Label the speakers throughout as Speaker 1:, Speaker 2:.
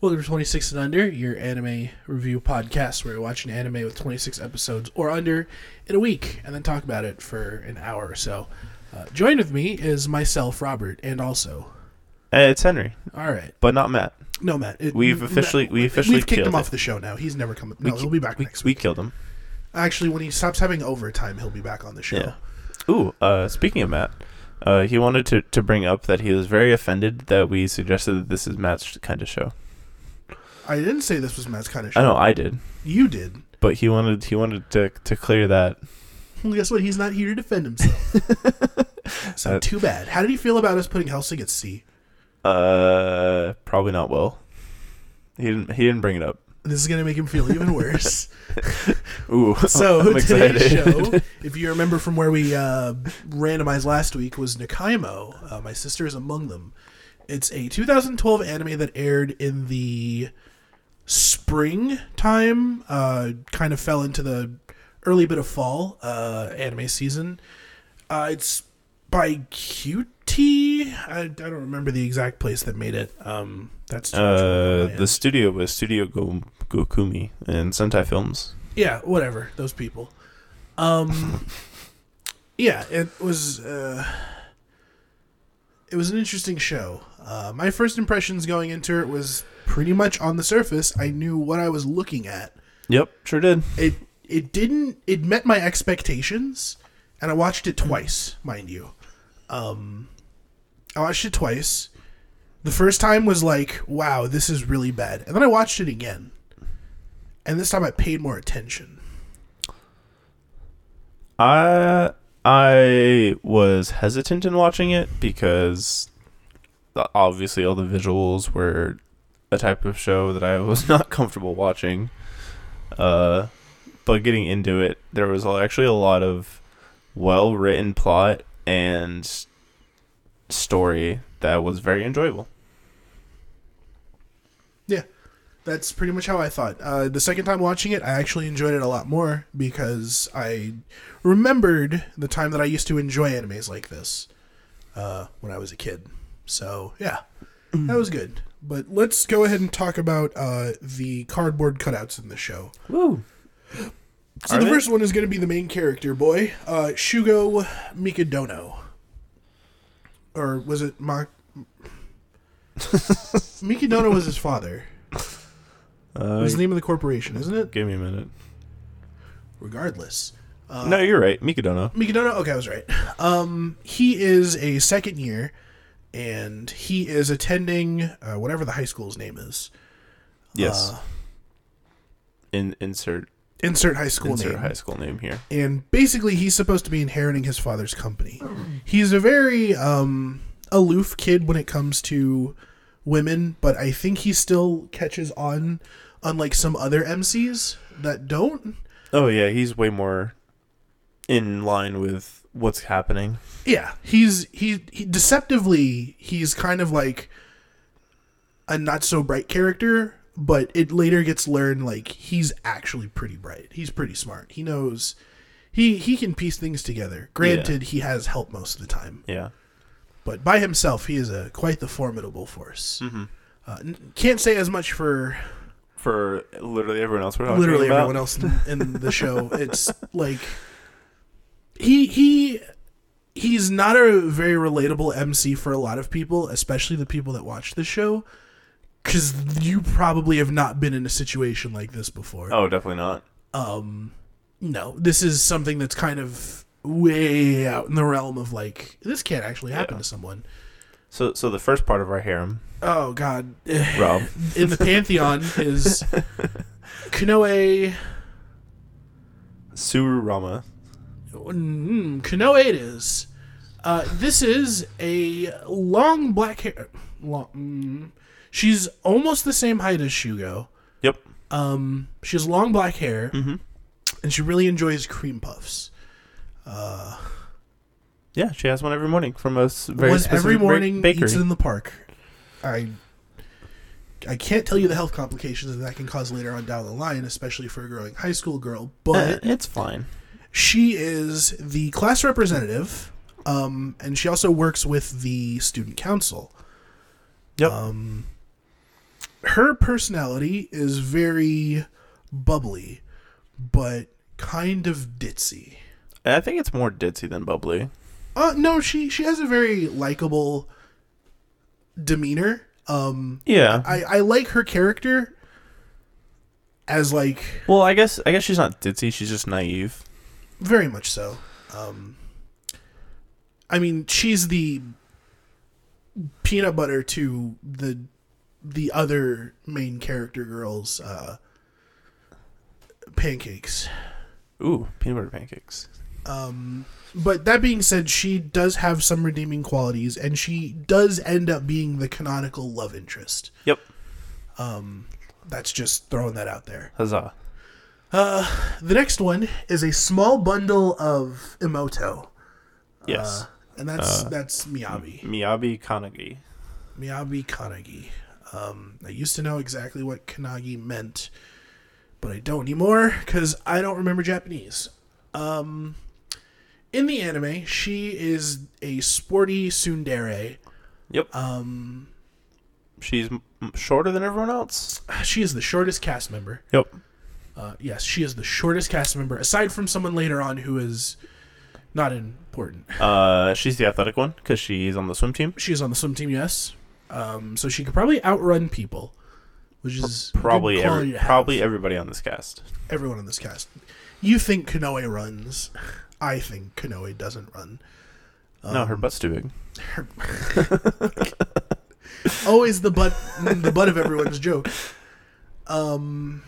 Speaker 1: Welcome to 26 and Under, your anime review podcast where we watch an anime with 26 episodes or under in a week and then talk about it for an hour or so. Uh, joined with me is myself, Robert, and also.
Speaker 2: Uh, it's Henry,
Speaker 1: All right.
Speaker 2: but not Matt.
Speaker 1: No, Matt. it-
Speaker 2: We've officially- we officially
Speaker 1: we've kicked
Speaker 2: killed
Speaker 1: him off
Speaker 2: it.
Speaker 1: the show now. He's never coming. No,
Speaker 2: ki-
Speaker 1: he'll be back
Speaker 2: We,
Speaker 1: next
Speaker 2: we
Speaker 1: week.
Speaker 2: killed him.
Speaker 1: Actually, when he stops having overtime, he'll be back on the show.
Speaker 2: Yeah. Ooh, uh, speaking of Matt, uh, he wanted to, to bring up that he was very offended that we suggested that this is Matt's kind of show.
Speaker 1: I didn't say this was Matt's kind of show.
Speaker 2: I know I did,
Speaker 1: You did.
Speaker 2: but he wanted he wanted to to clear that.
Speaker 1: Well, guess what? He's not here to defend himself. so
Speaker 2: That-
Speaker 1: too bad. How did he feel about us putting Helsing at sea?
Speaker 2: Uh, probably not well. He didn't he didn't bring it up.
Speaker 1: This is gonna make him feel even worse.
Speaker 2: Ooh,
Speaker 1: so
Speaker 2: I'm
Speaker 1: today's
Speaker 2: excited.
Speaker 1: show, if you remember from where we uh, randomized last week, was Nakaimo. Uh, My sister is among them. It's a 2012 anime that aired in the spring time. Uh, kind of fell into the early bit of fall uh, anime season. Uh, it's by Cutie. I, I don't remember the exact place that made it. Um, that's too much work on
Speaker 2: uh,
Speaker 1: my
Speaker 2: the
Speaker 1: end.
Speaker 2: studio was Studio Go- Gokumi and Sentai Films.
Speaker 1: yeah whatever those people um yeah it was uh it was an interesting show uh, my first impressions going into it was pretty much on the surface i knew what i was looking at
Speaker 2: Yep, sure did.
Speaker 1: it it didn't it met my expectations and i watched it twice mind you um i watched it twice the first time was like wow this is really bad and then i watched it again and this time i paid more attention
Speaker 2: I I was hesitant in watching it because obviously all the visuals were a type of show that I was not comfortable watching. Uh, but getting into it, there was actually a lot of well written plot and story that was very enjoyable.
Speaker 1: Yeah, that's pretty much how I thought. Uh, the second time watching it, I actually enjoyed it a lot more because I remembered the time that I used to enjoy animes like this uh, when I was a kid. So yeah,
Speaker 2: Mm.
Speaker 1: that was good. But let's go ahead and talk about uh, the cardboard cutouts in the show.
Speaker 2: Woo!
Speaker 1: So
Speaker 2: Are
Speaker 1: the
Speaker 2: they?
Speaker 1: first one is going to be the main character boy, uh, Shugo Mikadono, or was it Ma? Mikadono was his father.
Speaker 2: Uh,
Speaker 1: It's the name of the corporation, isn't it?
Speaker 2: give me a minute.
Speaker 1: Regardless.
Speaker 2: no, you're right. Mika don't know.
Speaker 1: Mikadono, okay, I was right. Um, he is a second year, and he is attending uh, whatever the high school's name is.
Speaker 2: Yes.
Speaker 1: uh,
Speaker 2: in insert
Speaker 1: Insert high school
Speaker 2: insert
Speaker 1: name.
Speaker 2: high school name here.
Speaker 1: and basically he's supposed to be inheriting his father's company. He's a very um, aloof kid when it comes to women, but I think he still catches on, unlike some other MCs that don't.
Speaker 2: Oh yeah, he's way more in line with what's happening.
Speaker 1: yeah he's he, he deceptively he's kind of like a not so bright character but it later gets learned like he's actually pretty bright he's pretty smart he knows he he can piece things together granted he has help most of the time
Speaker 2: Yeah.
Speaker 1: but by himself he is a quite the formidable force uh, n- can't say as much for
Speaker 2: For literally everyone else we're talking
Speaker 1: literally
Speaker 2: about.
Speaker 1: everyone else in, in the show. It's like he he he's not a very relatable MC for a lot of people, especially the people that watch the show, because you probably have not been in a situation like this before.
Speaker 2: Oh, definitely not.
Speaker 1: No, this is something that's kind of way out in the realm of like this can't actually happen
Speaker 2: Yeah.
Speaker 1: to someone.
Speaker 2: So so the first part of our harem,
Speaker 1: Oh God,
Speaker 2: Rob.
Speaker 1: in the pantheon is. Kanoe,
Speaker 2: Sururama.
Speaker 1: Mm, Kanoe it is. Uh, this is a long black hair. Long, mm, she's almost the same height as Shugo.
Speaker 2: Yep.
Speaker 1: Um, she has long black hair,
Speaker 2: Mm-hmm.
Speaker 1: and she really enjoys cream puffs.
Speaker 2: Yeah, she has one every morning from a s- very
Speaker 1: One
Speaker 2: specific
Speaker 1: every
Speaker 2: ba-
Speaker 1: morning
Speaker 2: bakery.
Speaker 1: eats it in the park. I I can't tell you the health complications that that can cause later on down the line, especially for a growing high school girl. But
Speaker 2: Uh, it's fine.
Speaker 1: She is the class representative, um, and she also works with the student council.
Speaker 2: Yep.
Speaker 1: Um, her personality is very bubbly, but kind of ditzy.
Speaker 2: And I think it's more ditzy than bubbly.
Speaker 1: Uh, no, she she has a very likable demeanor. Um,
Speaker 2: Yeah.
Speaker 1: I I like her character as like
Speaker 2: well, I guess I guess she's not ditzy. She's just naive.
Speaker 1: very much so. Um, I mean, she's the peanut butter to the the other main character girls. Uh, pancakes.
Speaker 2: Ooh, peanut butter pancakes.
Speaker 1: Um, but that being said, she does have some redeeming qualities, and she does end up being the canonical love interest.
Speaker 2: Yep.
Speaker 1: Um, that's just throwing that out there.
Speaker 2: Huzzah.
Speaker 1: Uh, the next one is a small bundle of Emoto,
Speaker 2: Yes.
Speaker 1: uh, and that's that's Miyabi.
Speaker 2: Miyabi Kanagi.
Speaker 1: Miyabi Kanagi. Um, I used to know exactly what Kanagi meant, but I don't anymore because I don't remember Japanese. Um, in the anime, she is a sporty tsundere.
Speaker 2: Yep.
Speaker 1: Um,
Speaker 2: she's m- shorter than everyone else.
Speaker 1: she is the shortest cast member.
Speaker 2: Yep.
Speaker 1: Uh, yes, she is the shortest cast member, aside from someone later on who is not important.
Speaker 2: Uh, she's the athletic one because she's on the swim team.
Speaker 1: She is on the swim team, yes. Um, so she could probably outrun people, which is a good
Speaker 2: Probably
Speaker 1: quality
Speaker 2: every,
Speaker 1: to have.
Speaker 2: probably everybody on this cast.
Speaker 1: everyone on this cast. You think Kanoe runs. I think Kanoe doesn't run.
Speaker 2: no,
Speaker 1: Um,
Speaker 2: her butt's too big.
Speaker 1: Always the butt the butt of everyone's joke. Um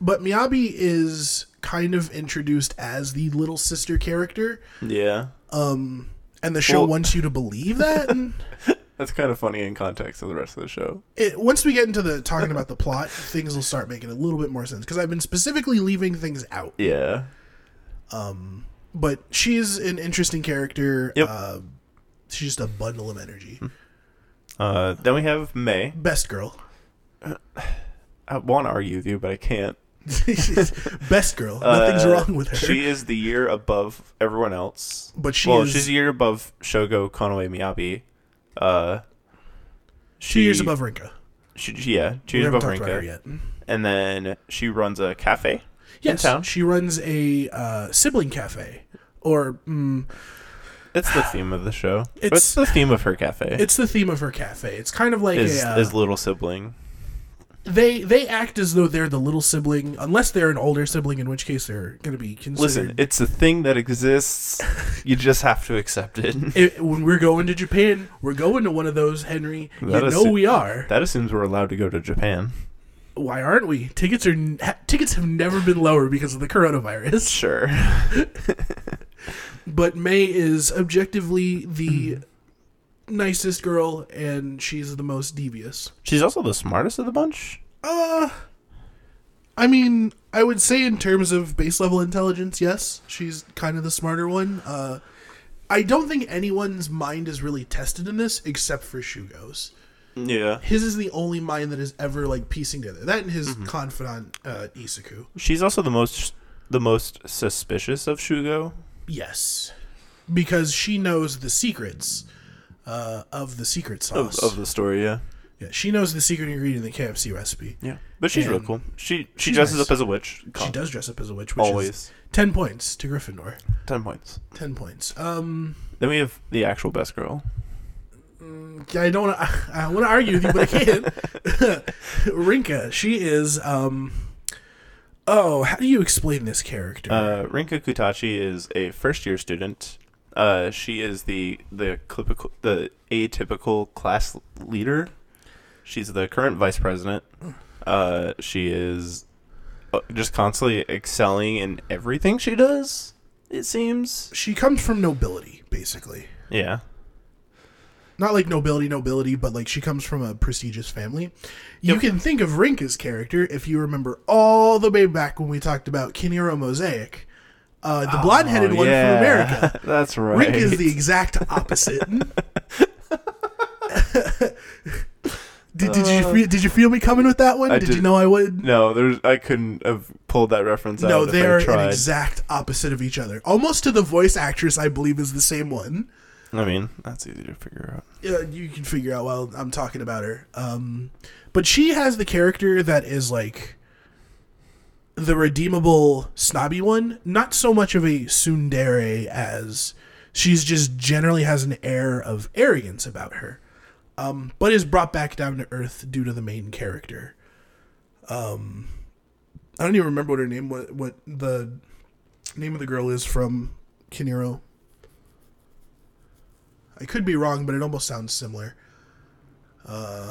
Speaker 1: but Miyabi is kind of introduced as the little sister character.
Speaker 2: Yeah.
Speaker 1: Um and the show
Speaker 2: Well-
Speaker 1: wants you to believe that. And
Speaker 2: That's kind of funny in context of the rest of the show.
Speaker 1: it, once we get into the talking about the plot, things will start making a little bit more sense because I've been specifically leaving things out.
Speaker 2: Yeah.
Speaker 1: but she's an interesting character.
Speaker 2: Yep.
Speaker 1: Uh, she's just a bundle of energy.
Speaker 2: Uh, then we have May.
Speaker 1: Best girl.
Speaker 2: I want to argue with you, but I can't.
Speaker 1: Best girl. Nothing's
Speaker 2: Uh,
Speaker 1: wrong with her.
Speaker 2: She is the year above everyone else.
Speaker 1: but she
Speaker 2: well,
Speaker 1: is
Speaker 2: she's a year above Shogo Konoe Miyabi. Uh,
Speaker 1: two years
Speaker 2: she-
Speaker 1: above Rinka.
Speaker 2: She, she- yeah, two
Speaker 1: We
Speaker 2: years
Speaker 1: haven't
Speaker 2: above
Speaker 1: talked about her
Speaker 2: Rinka.
Speaker 1: yet.
Speaker 2: And then she runs a cafe.
Speaker 1: Yes,
Speaker 2: town.
Speaker 1: she runs a uh, sibling cafe, or mm,
Speaker 2: It's the theme of the show. It's,
Speaker 1: It's-
Speaker 2: the theme of her cafe.
Speaker 1: it's the theme of her cafe. It's kind of like
Speaker 2: Is
Speaker 1: a, uh,
Speaker 2: is little sibling.
Speaker 1: they they act as though they're the little sibling, unless they're an older sibling, in which case they're going to be considered.
Speaker 2: Listen, it's a thing that exists. you just have to accept it.
Speaker 1: It- when we're going to Japan, we're going to one of those, Henry.
Speaker 2: That
Speaker 1: you
Speaker 2: is-
Speaker 1: know we are.
Speaker 2: That assumes we're allowed to go to Japan.
Speaker 1: why aren't we? Tickets are ha- tickets have never been lower because of the coronavirus.
Speaker 2: Sure.
Speaker 1: But May is objectively the Hmm. nicest girl, and she's the most devious.
Speaker 2: She's also the smartest of the bunch.
Speaker 1: Uh, I mean, I would say in terms of base level intelligence, yes, she's kind of the smarter one. Uh, I don't think anyone's mind is really tested in this except for Shugo's.
Speaker 2: Yeah.
Speaker 1: His is the only mind that is ever like piecing together. That and his confidant uh, Isaku.
Speaker 2: She's also the most the most suspicious of Shugo.
Speaker 1: Yes, because she knows the secrets uh, of the secret
Speaker 2: Of,
Speaker 1: sauce.
Speaker 2: of the story, yeah.
Speaker 1: yeah, she knows the secret ingredient in the KFC recipe.
Speaker 2: Yeah. But she's real
Speaker 1: And-
Speaker 2: cool. She she
Speaker 1: she's
Speaker 2: dresses
Speaker 1: nice.
Speaker 2: up as a witch.
Speaker 1: She
Speaker 2: Con-
Speaker 1: does dress up as a witch, which is
Speaker 2: Always.
Speaker 1: ten points to Gryffindor.
Speaker 2: Ten points.
Speaker 1: Ten points. Um,
Speaker 2: Then we have the actual best girl.
Speaker 1: I don't. I, I want to argue with you, but I can't. Rinka, she is. Um, oh, how do you explain this character?
Speaker 2: Uh, Rinka Kutachi is a first year student. Uh, she is the the clipical, the atypical class leader. She's the current vice president. Uh, she is uh, just constantly excelling in everything she does. It seems.
Speaker 1: she comes from nobility, basically.
Speaker 2: Yeah.
Speaker 1: not like nobility nobility but like she comes from a prestigious family you can think of rinka's character if you remember all the way back when we talked about kinero mosaic uh, the blonde-headed one from america
Speaker 2: That's Oh, right.
Speaker 1: rink is the exact opposite did, did you feel, did you feel me coming with that one
Speaker 2: Uh, I
Speaker 1: did, you
Speaker 2: did-
Speaker 1: know i would
Speaker 2: no, there's. I couldn't have pulled that reference out.
Speaker 1: no
Speaker 2: if I
Speaker 1: they're an
Speaker 2: tried.
Speaker 1: exact opposite of each other almost to the voice actress i believe is the same one
Speaker 2: I mean, that's easy to figure out.
Speaker 1: Yeah, you can figure out while I'm talking about her. Um, but she has the character that is like the redeemable snobby one, not so much of a tsundere as she's just generally has an air of arrogance about her, um, but is brought back down to earth due to the main character. Um, I don't even remember what her name what what the name of the girl is from Kinero. I could be wrong, but it almost sounds similar. But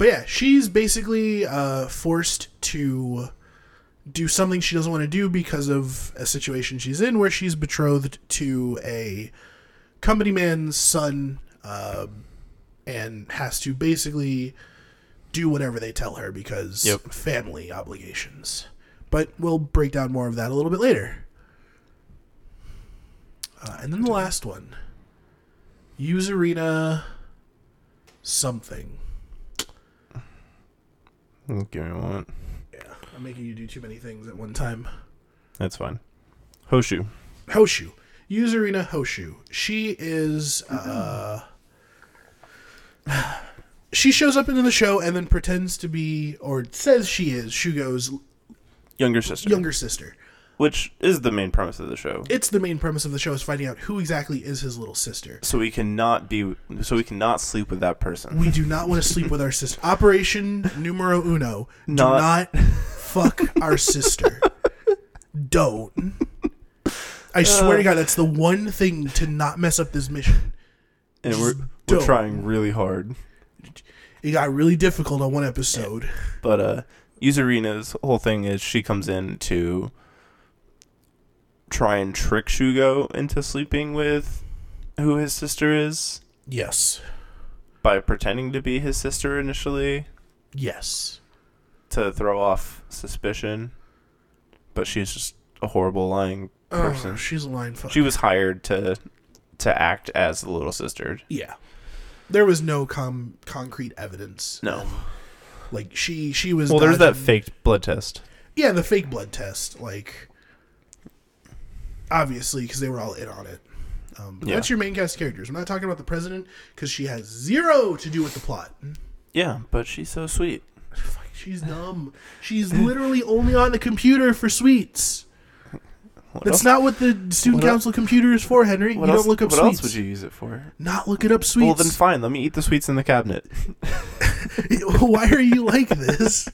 Speaker 1: yeah, she's basically uh, forced to do something she doesn't want to do because of a situation she's in where she's betrothed to a company man's son uh, and has to basically do whatever they tell her because
Speaker 2: Yep.
Speaker 1: family obligations. But we'll break down more of that a little bit later. Uh, and then the last one Userina something.
Speaker 2: Give me one.
Speaker 1: Yeah, I'm making you do too many things at one time.
Speaker 2: That's fine. Hoshu.
Speaker 1: Hoshu. Userina Hoshu. She is. Uh, she shows up into the show and then pretends to be, or says she is, Shugo's
Speaker 2: Younger sister.
Speaker 1: younger sister.
Speaker 2: Which is the main premise of the show.
Speaker 1: It's the main premise of the show is finding out who exactly is his little sister.
Speaker 2: so we cannot be. So we cannot sleep with that person.
Speaker 1: We do not want to sleep with our sister. Operation numero uno. Do
Speaker 2: Not-
Speaker 1: not fuck our sister. Don't. I swear to God, that's the one thing to not mess up this mission.
Speaker 2: and we're, we're
Speaker 1: don't.
Speaker 2: trying really hard.
Speaker 1: It got really difficult on one episode.
Speaker 2: But uh Yuzurina's whole thing is she comes in to try and trick Shugo into sleeping with who his sister is
Speaker 1: Yes.
Speaker 2: by pretending to be his sister initially
Speaker 1: Yes.
Speaker 2: to throw off suspicion. But she's just a horrible lying person.
Speaker 1: Oh, she's a line fuck.
Speaker 2: she was hired to to act as the little sister.
Speaker 1: yeah. There was no com- concrete evidence.
Speaker 2: No.
Speaker 1: Like she she was
Speaker 2: Well, there's that
Speaker 1: dodging-
Speaker 2: faked blood test.
Speaker 1: Yeah, the fake blood test, like obviously because they were all in on it. Um, but
Speaker 2: Yeah.
Speaker 1: that's your main cast characters. I'm not talking about the president because she has zero to do with the plot.
Speaker 2: Yeah, but she's so sweet.
Speaker 1: Fuck, She's dumb. She's literally only on the computer for sweets.
Speaker 2: What
Speaker 1: That's
Speaker 2: else,
Speaker 1: not what the student
Speaker 2: what el-
Speaker 1: council computer is for, Henry.
Speaker 2: what
Speaker 1: you
Speaker 2: else,
Speaker 1: don't look up
Speaker 2: what
Speaker 1: sweets.
Speaker 2: else would you use it for?
Speaker 1: Not look it up sweets.
Speaker 2: Well, then fine. Let me eat the sweets in the cabinet.
Speaker 1: Why are you like this?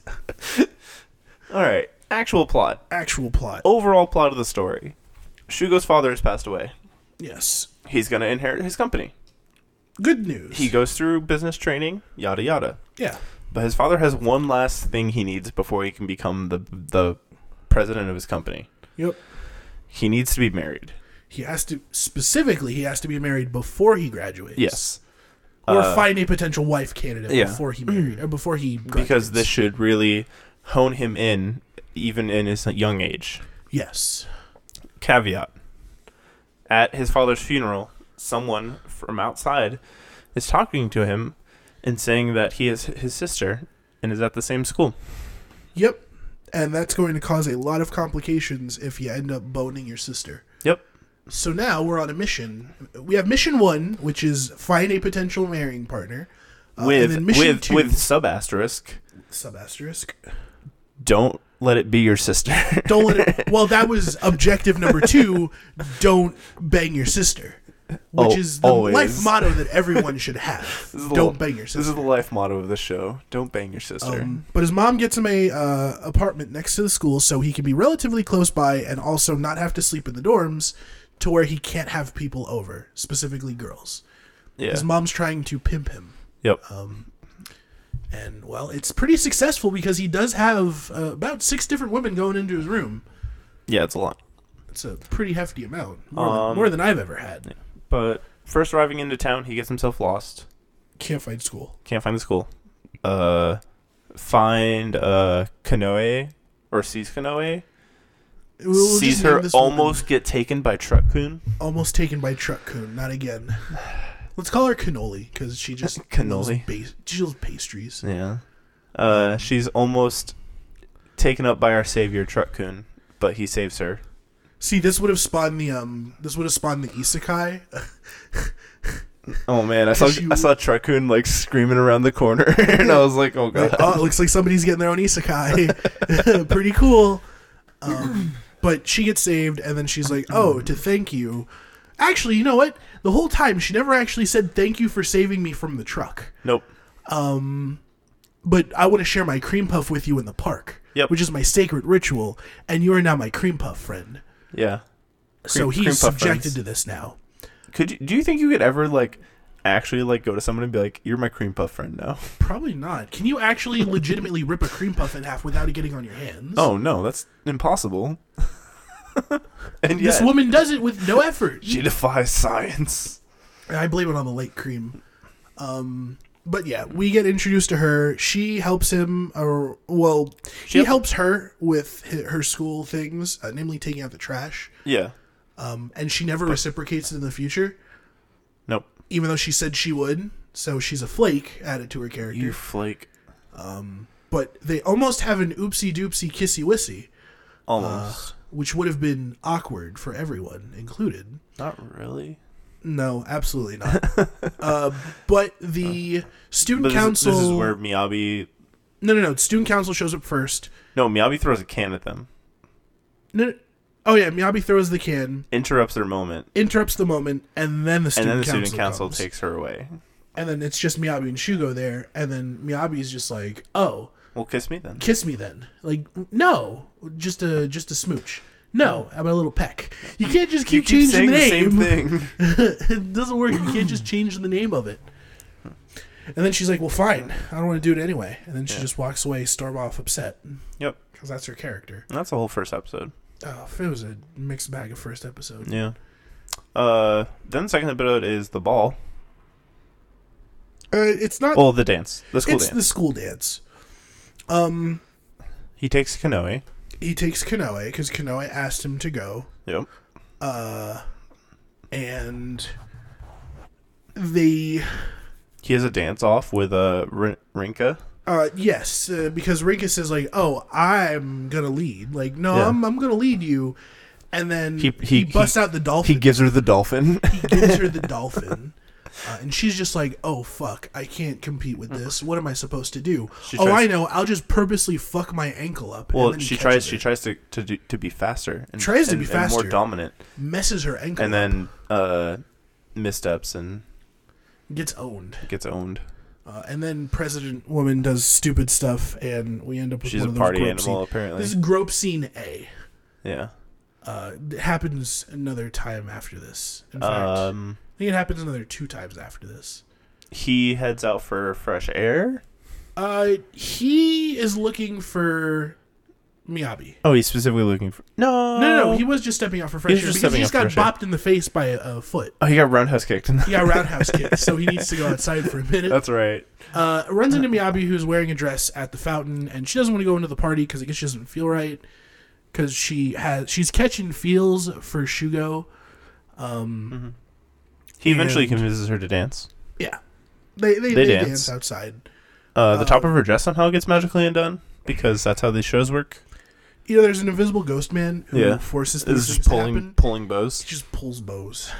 Speaker 2: All right. Actual plot.
Speaker 1: Actual plot.
Speaker 2: Overall plot of the story. Shugo's father has passed away.
Speaker 1: Yes.
Speaker 2: He's going to inherit his company.
Speaker 1: Good news.
Speaker 2: He goes through business training, yada yada.
Speaker 1: yeah.
Speaker 2: But his father has one last thing he needs before he can become the the president of his company.
Speaker 1: Yep.
Speaker 2: He needs to be married.
Speaker 1: He has to specifically he has to be married before he graduates.
Speaker 2: Yes.
Speaker 1: Or
Speaker 2: Uh,
Speaker 1: find a potential wife candidate
Speaker 2: yeah.
Speaker 1: before he married or before he graduates.
Speaker 2: Because this should really hone him in even in his young age.
Speaker 1: Yes.
Speaker 2: caveat at his father's funeral someone from outside is talking to him and saying that he is his sister and is at the same school
Speaker 1: Yep. And that's going to cause a lot of complications if you end up boning your sister.
Speaker 2: yep
Speaker 1: So now we're on a mission. We have mission one, which is find a potential marrying partner. Uh,
Speaker 2: with
Speaker 1: and then mission
Speaker 2: with
Speaker 1: two,
Speaker 2: with sub asterisk
Speaker 1: sub asterisk.
Speaker 2: don't let it be your sister
Speaker 1: Don't let it. Well, that was objective number two. Don't bang your sister, which
Speaker 2: Oh,
Speaker 1: is the
Speaker 2: always.
Speaker 1: life motto that everyone should have.
Speaker 2: This is
Speaker 1: Don't
Speaker 2: the little-
Speaker 1: bang your
Speaker 2: this is
Speaker 1: sister.
Speaker 2: the life motto of the show don't bang your sister
Speaker 1: Um, but his mom gets him a uh, apartment next to the school, so he can be relatively close by and also not have to sleep in the dorms, to where he can't have people over, specifically girls.
Speaker 2: yeah
Speaker 1: His mom's trying to pimp him,
Speaker 2: yep
Speaker 1: uh, and well, it's pretty successful because he does have uh, about six different women going into his room.
Speaker 2: yeah it's a lot
Speaker 1: It's a pretty hefty amount, more,
Speaker 2: Um,
Speaker 1: than, more than I've ever had.
Speaker 2: but first arriving into town he gets himself lost
Speaker 1: Can't find school.
Speaker 2: Can't find the school. Uh, find uh Kanoe or sees Kanoe.
Speaker 1: We'll just
Speaker 2: sees
Speaker 1: name
Speaker 2: her
Speaker 1: this woman.
Speaker 2: almost get taken by Truck-kun.
Speaker 1: almost taken by truck coon. Not again. Let's call her cannoli because she just
Speaker 2: Cannoli.
Speaker 1: loves Ba- she loves pastries.
Speaker 2: Yeah. Uh, she's almost taken up by our savior Truck-kun, but he saves her
Speaker 1: See, this would have spawned the um, this would have spawned the isekai. Uh,
Speaker 2: Oh man, I saw
Speaker 1: 'Cause you-
Speaker 2: I saw Tricune like screaming around the corner, and I was like, oh god.
Speaker 1: oh, it looks like somebody's getting their own isekai. Pretty cool. Um, but she gets saved, and then she's like, "Oh, to thank you." Actually, you know what? The whole time she never actually said thank you for saving me from the truck.
Speaker 2: Nope.
Speaker 1: Um, But I want to share my cream puff with you in the park,
Speaker 2: Yep.
Speaker 1: which is my sacred ritual, and you are now my cream puff friend.
Speaker 2: Yeah.
Speaker 1: so
Speaker 2: Cream-
Speaker 1: he's
Speaker 2: cream puff
Speaker 1: subjected
Speaker 2: friends.
Speaker 1: to this now.
Speaker 2: Could you, do you think you could ever like actually like go to someone and be like, you're my cream puff friend now?
Speaker 1: Probably not. Can you actually legitimately rip a cream puff in half without it getting on your hands?
Speaker 2: Oh no, that's impossible. and
Speaker 1: this
Speaker 2: yet,
Speaker 1: woman does it with no effort.
Speaker 2: she defies science.
Speaker 1: I blame it on the late cream. Um, but yeah, we get introduced to her. She helps him, or well, he
Speaker 2: Yep.
Speaker 1: helps her with hi- her school things, uh, namely taking out the trash.
Speaker 2: Yeah.
Speaker 1: Um, and she never reciprocates it in the future,
Speaker 2: Nope.
Speaker 1: even though she said she would. So she's a flake added to her character.
Speaker 2: You flake.
Speaker 1: But they almost have an oopsie doopsie kissy wissy,
Speaker 2: Uh, Almost.
Speaker 1: which would have been awkward for everyone included.
Speaker 2: Not really.
Speaker 1: No, absolutely not. uh, but the student
Speaker 2: Uh, But this, is-
Speaker 1: council.
Speaker 2: this is where Miyabi.
Speaker 1: No, no, no. Student council shows up first.
Speaker 2: No, Miyabi throws a can at them.
Speaker 1: No, no- oh yeah, Miyabi throws the can,
Speaker 2: Interrupts their moment,
Speaker 1: interrupts the moment, and then the
Speaker 2: and
Speaker 1: student
Speaker 2: then the
Speaker 1: council
Speaker 2: student council
Speaker 1: comes.
Speaker 2: takes her away.
Speaker 1: And then it's just Miyabi and Shugo there, and then Miyabi's just like, "Oh,
Speaker 2: Well, kiss me then.
Speaker 1: kiss me then." Like, no, just a just a smooch. No, I'm a little peck. You can't just
Speaker 2: You
Speaker 1: keep,
Speaker 2: keep
Speaker 1: changing
Speaker 2: saying
Speaker 1: the
Speaker 2: the
Speaker 1: name.
Speaker 2: same thing.
Speaker 1: it doesn't work. You can't just change the name of it. And then she's like, "Well, fine. I don't want to do it anyway." And then she just walks away, storm off upset,
Speaker 2: yep.
Speaker 1: because that's her character.
Speaker 2: That's the whole first episode.
Speaker 1: Oh, if it was a mixed bag of first episode.
Speaker 2: Yeah. Uh, then the second episode is the ball.
Speaker 1: Uh, it's not.
Speaker 2: Well, the dance. The school
Speaker 1: it's
Speaker 2: dance.
Speaker 1: the school dance. Um,
Speaker 2: He takes Kanoe.
Speaker 1: he takes Kanoe because Kanoe asked him to go,
Speaker 2: Yep.
Speaker 1: and the
Speaker 2: He has a dance off with uh, R- Rinka.
Speaker 1: uh, yes, uh, because Rinkus is like, "Oh, I'm gonna lead." Like, no,
Speaker 2: Yeah.
Speaker 1: I'm I'm gonna lead you, and then he
Speaker 2: He-
Speaker 1: he,
Speaker 2: he-
Speaker 1: busts
Speaker 2: he-
Speaker 1: out the dolphin.
Speaker 2: He gives her the dolphin.
Speaker 1: he gives her the dolphin. Uh, and she's just like, "Oh fuck, I can't compete with this. What am I supposed to do?
Speaker 2: She
Speaker 1: oh,
Speaker 2: tries-
Speaker 1: I know. I'll just purposely fuck my ankle up." and
Speaker 2: well,
Speaker 1: then he
Speaker 2: she
Speaker 1: catches
Speaker 2: tries. She
Speaker 1: her.
Speaker 2: tries to to, do, to be faster. And,
Speaker 1: Tries to
Speaker 2: and-
Speaker 1: be
Speaker 2: and
Speaker 1: faster.
Speaker 2: more dominant.
Speaker 1: messes her ankle
Speaker 2: And
Speaker 1: up,
Speaker 2: then uh, missteps and
Speaker 1: gets owned.
Speaker 2: gets owned.
Speaker 1: Uh, and then President Woman does stupid stuff, and we end up with
Speaker 2: She's
Speaker 1: one
Speaker 2: a
Speaker 1: of
Speaker 2: party
Speaker 1: those
Speaker 2: animal,
Speaker 1: grope scene-
Speaker 2: apparently.
Speaker 1: This is grope scene A.
Speaker 2: Yeah.
Speaker 1: Uh, it happens another time after this. In fact,
Speaker 2: Um,
Speaker 1: I think it happens another two times after this.
Speaker 2: he heads out for fresh air.
Speaker 1: Uh, he is looking for Miyabi.
Speaker 2: Oh, he's specifically looking for. No.
Speaker 1: No, no, no, he was just stepping out for fresh
Speaker 2: was
Speaker 1: air
Speaker 2: Oh. just
Speaker 1: because he
Speaker 2: stepping
Speaker 1: just
Speaker 2: out
Speaker 1: got
Speaker 2: for fresh air.
Speaker 1: bopped in the face by a, a foot.
Speaker 2: oh, he got roundhouse kicked.
Speaker 1: He got roundhouse kicked, so he needs to go outside for a minute.
Speaker 2: That's right.
Speaker 1: uh, runs into Miyabi, who's wearing a dress at the fountain, and she doesn't want to go into the party because I guess she doesn't feel right. Because she has, she's catching feels for Shugo.
Speaker 2: He eventually
Speaker 1: And-
Speaker 2: convinces her to dance.
Speaker 1: Yeah, they they,
Speaker 2: They
Speaker 1: they dance.
Speaker 2: dance.
Speaker 1: outside.
Speaker 2: Uh, the top of her dress somehow gets magically undone because that's how these shows work.
Speaker 1: You know, there's an invisible ghost man who
Speaker 2: Yeah.
Speaker 1: forces
Speaker 2: This
Speaker 1: things
Speaker 2: is just
Speaker 1: to
Speaker 2: pulling
Speaker 1: happen.
Speaker 2: pulling bows.
Speaker 1: He just pulls bows.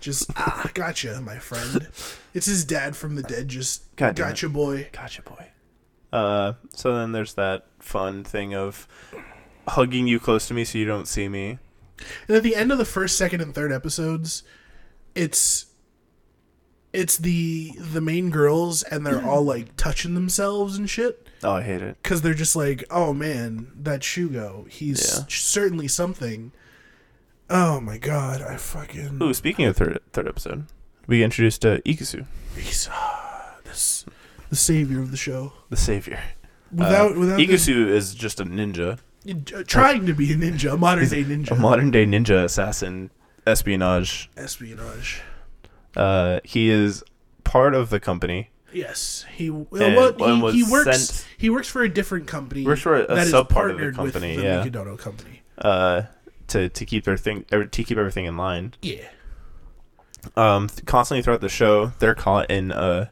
Speaker 1: just ah, gotcha, my friend. It's his dad from the dead. Just
Speaker 2: God damn it.
Speaker 1: gotcha, boy.
Speaker 2: Gotcha, boy. Uh, so then there's that fun thing of hugging you close to me so you don't see me.
Speaker 1: And at the end of the first, second, and third episodes, it's it's the the main girls and they're all like touching themselves and shit
Speaker 2: Oh, I hate it.
Speaker 1: because they're just like, oh man, that Shugo, he's
Speaker 2: Yeah.
Speaker 1: certainly something. Oh my god, I fucking
Speaker 2: Ooh, speaking of third third episode, we introduced uh, Ikusu,
Speaker 1: he's ah, this the savior of the show.
Speaker 2: the savior.
Speaker 1: Without
Speaker 2: Uh,
Speaker 1: without
Speaker 2: Ikusu is just a ninja,
Speaker 1: the, trying to be a ninja, a modern day ninja,
Speaker 2: a modern day ninja assassin, espionage.
Speaker 1: espionage.
Speaker 2: Uh, he is part of the company.
Speaker 1: Yes, he uh, well,
Speaker 2: And
Speaker 1: what-
Speaker 2: one
Speaker 1: he, he
Speaker 2: was
Speaker 1: works.
Speaker 2: sent-
Speaker 1: He works for a different company.
Speaker 2: Works for a- a
Speaker 1: that is
Speaker 2: sub-part of the
Speaker 1: partnered
Speaker 2: company,
Speaker 1: With
Speaker 2: yeah.
Speaker 1: the Makedono company.
Speaker 2: Uh, to to keep their thing er, to keep everything in line.
Speaker 1: Yeah,
Speaker 2: Um, th- constantly throughout the show, they're caught in uh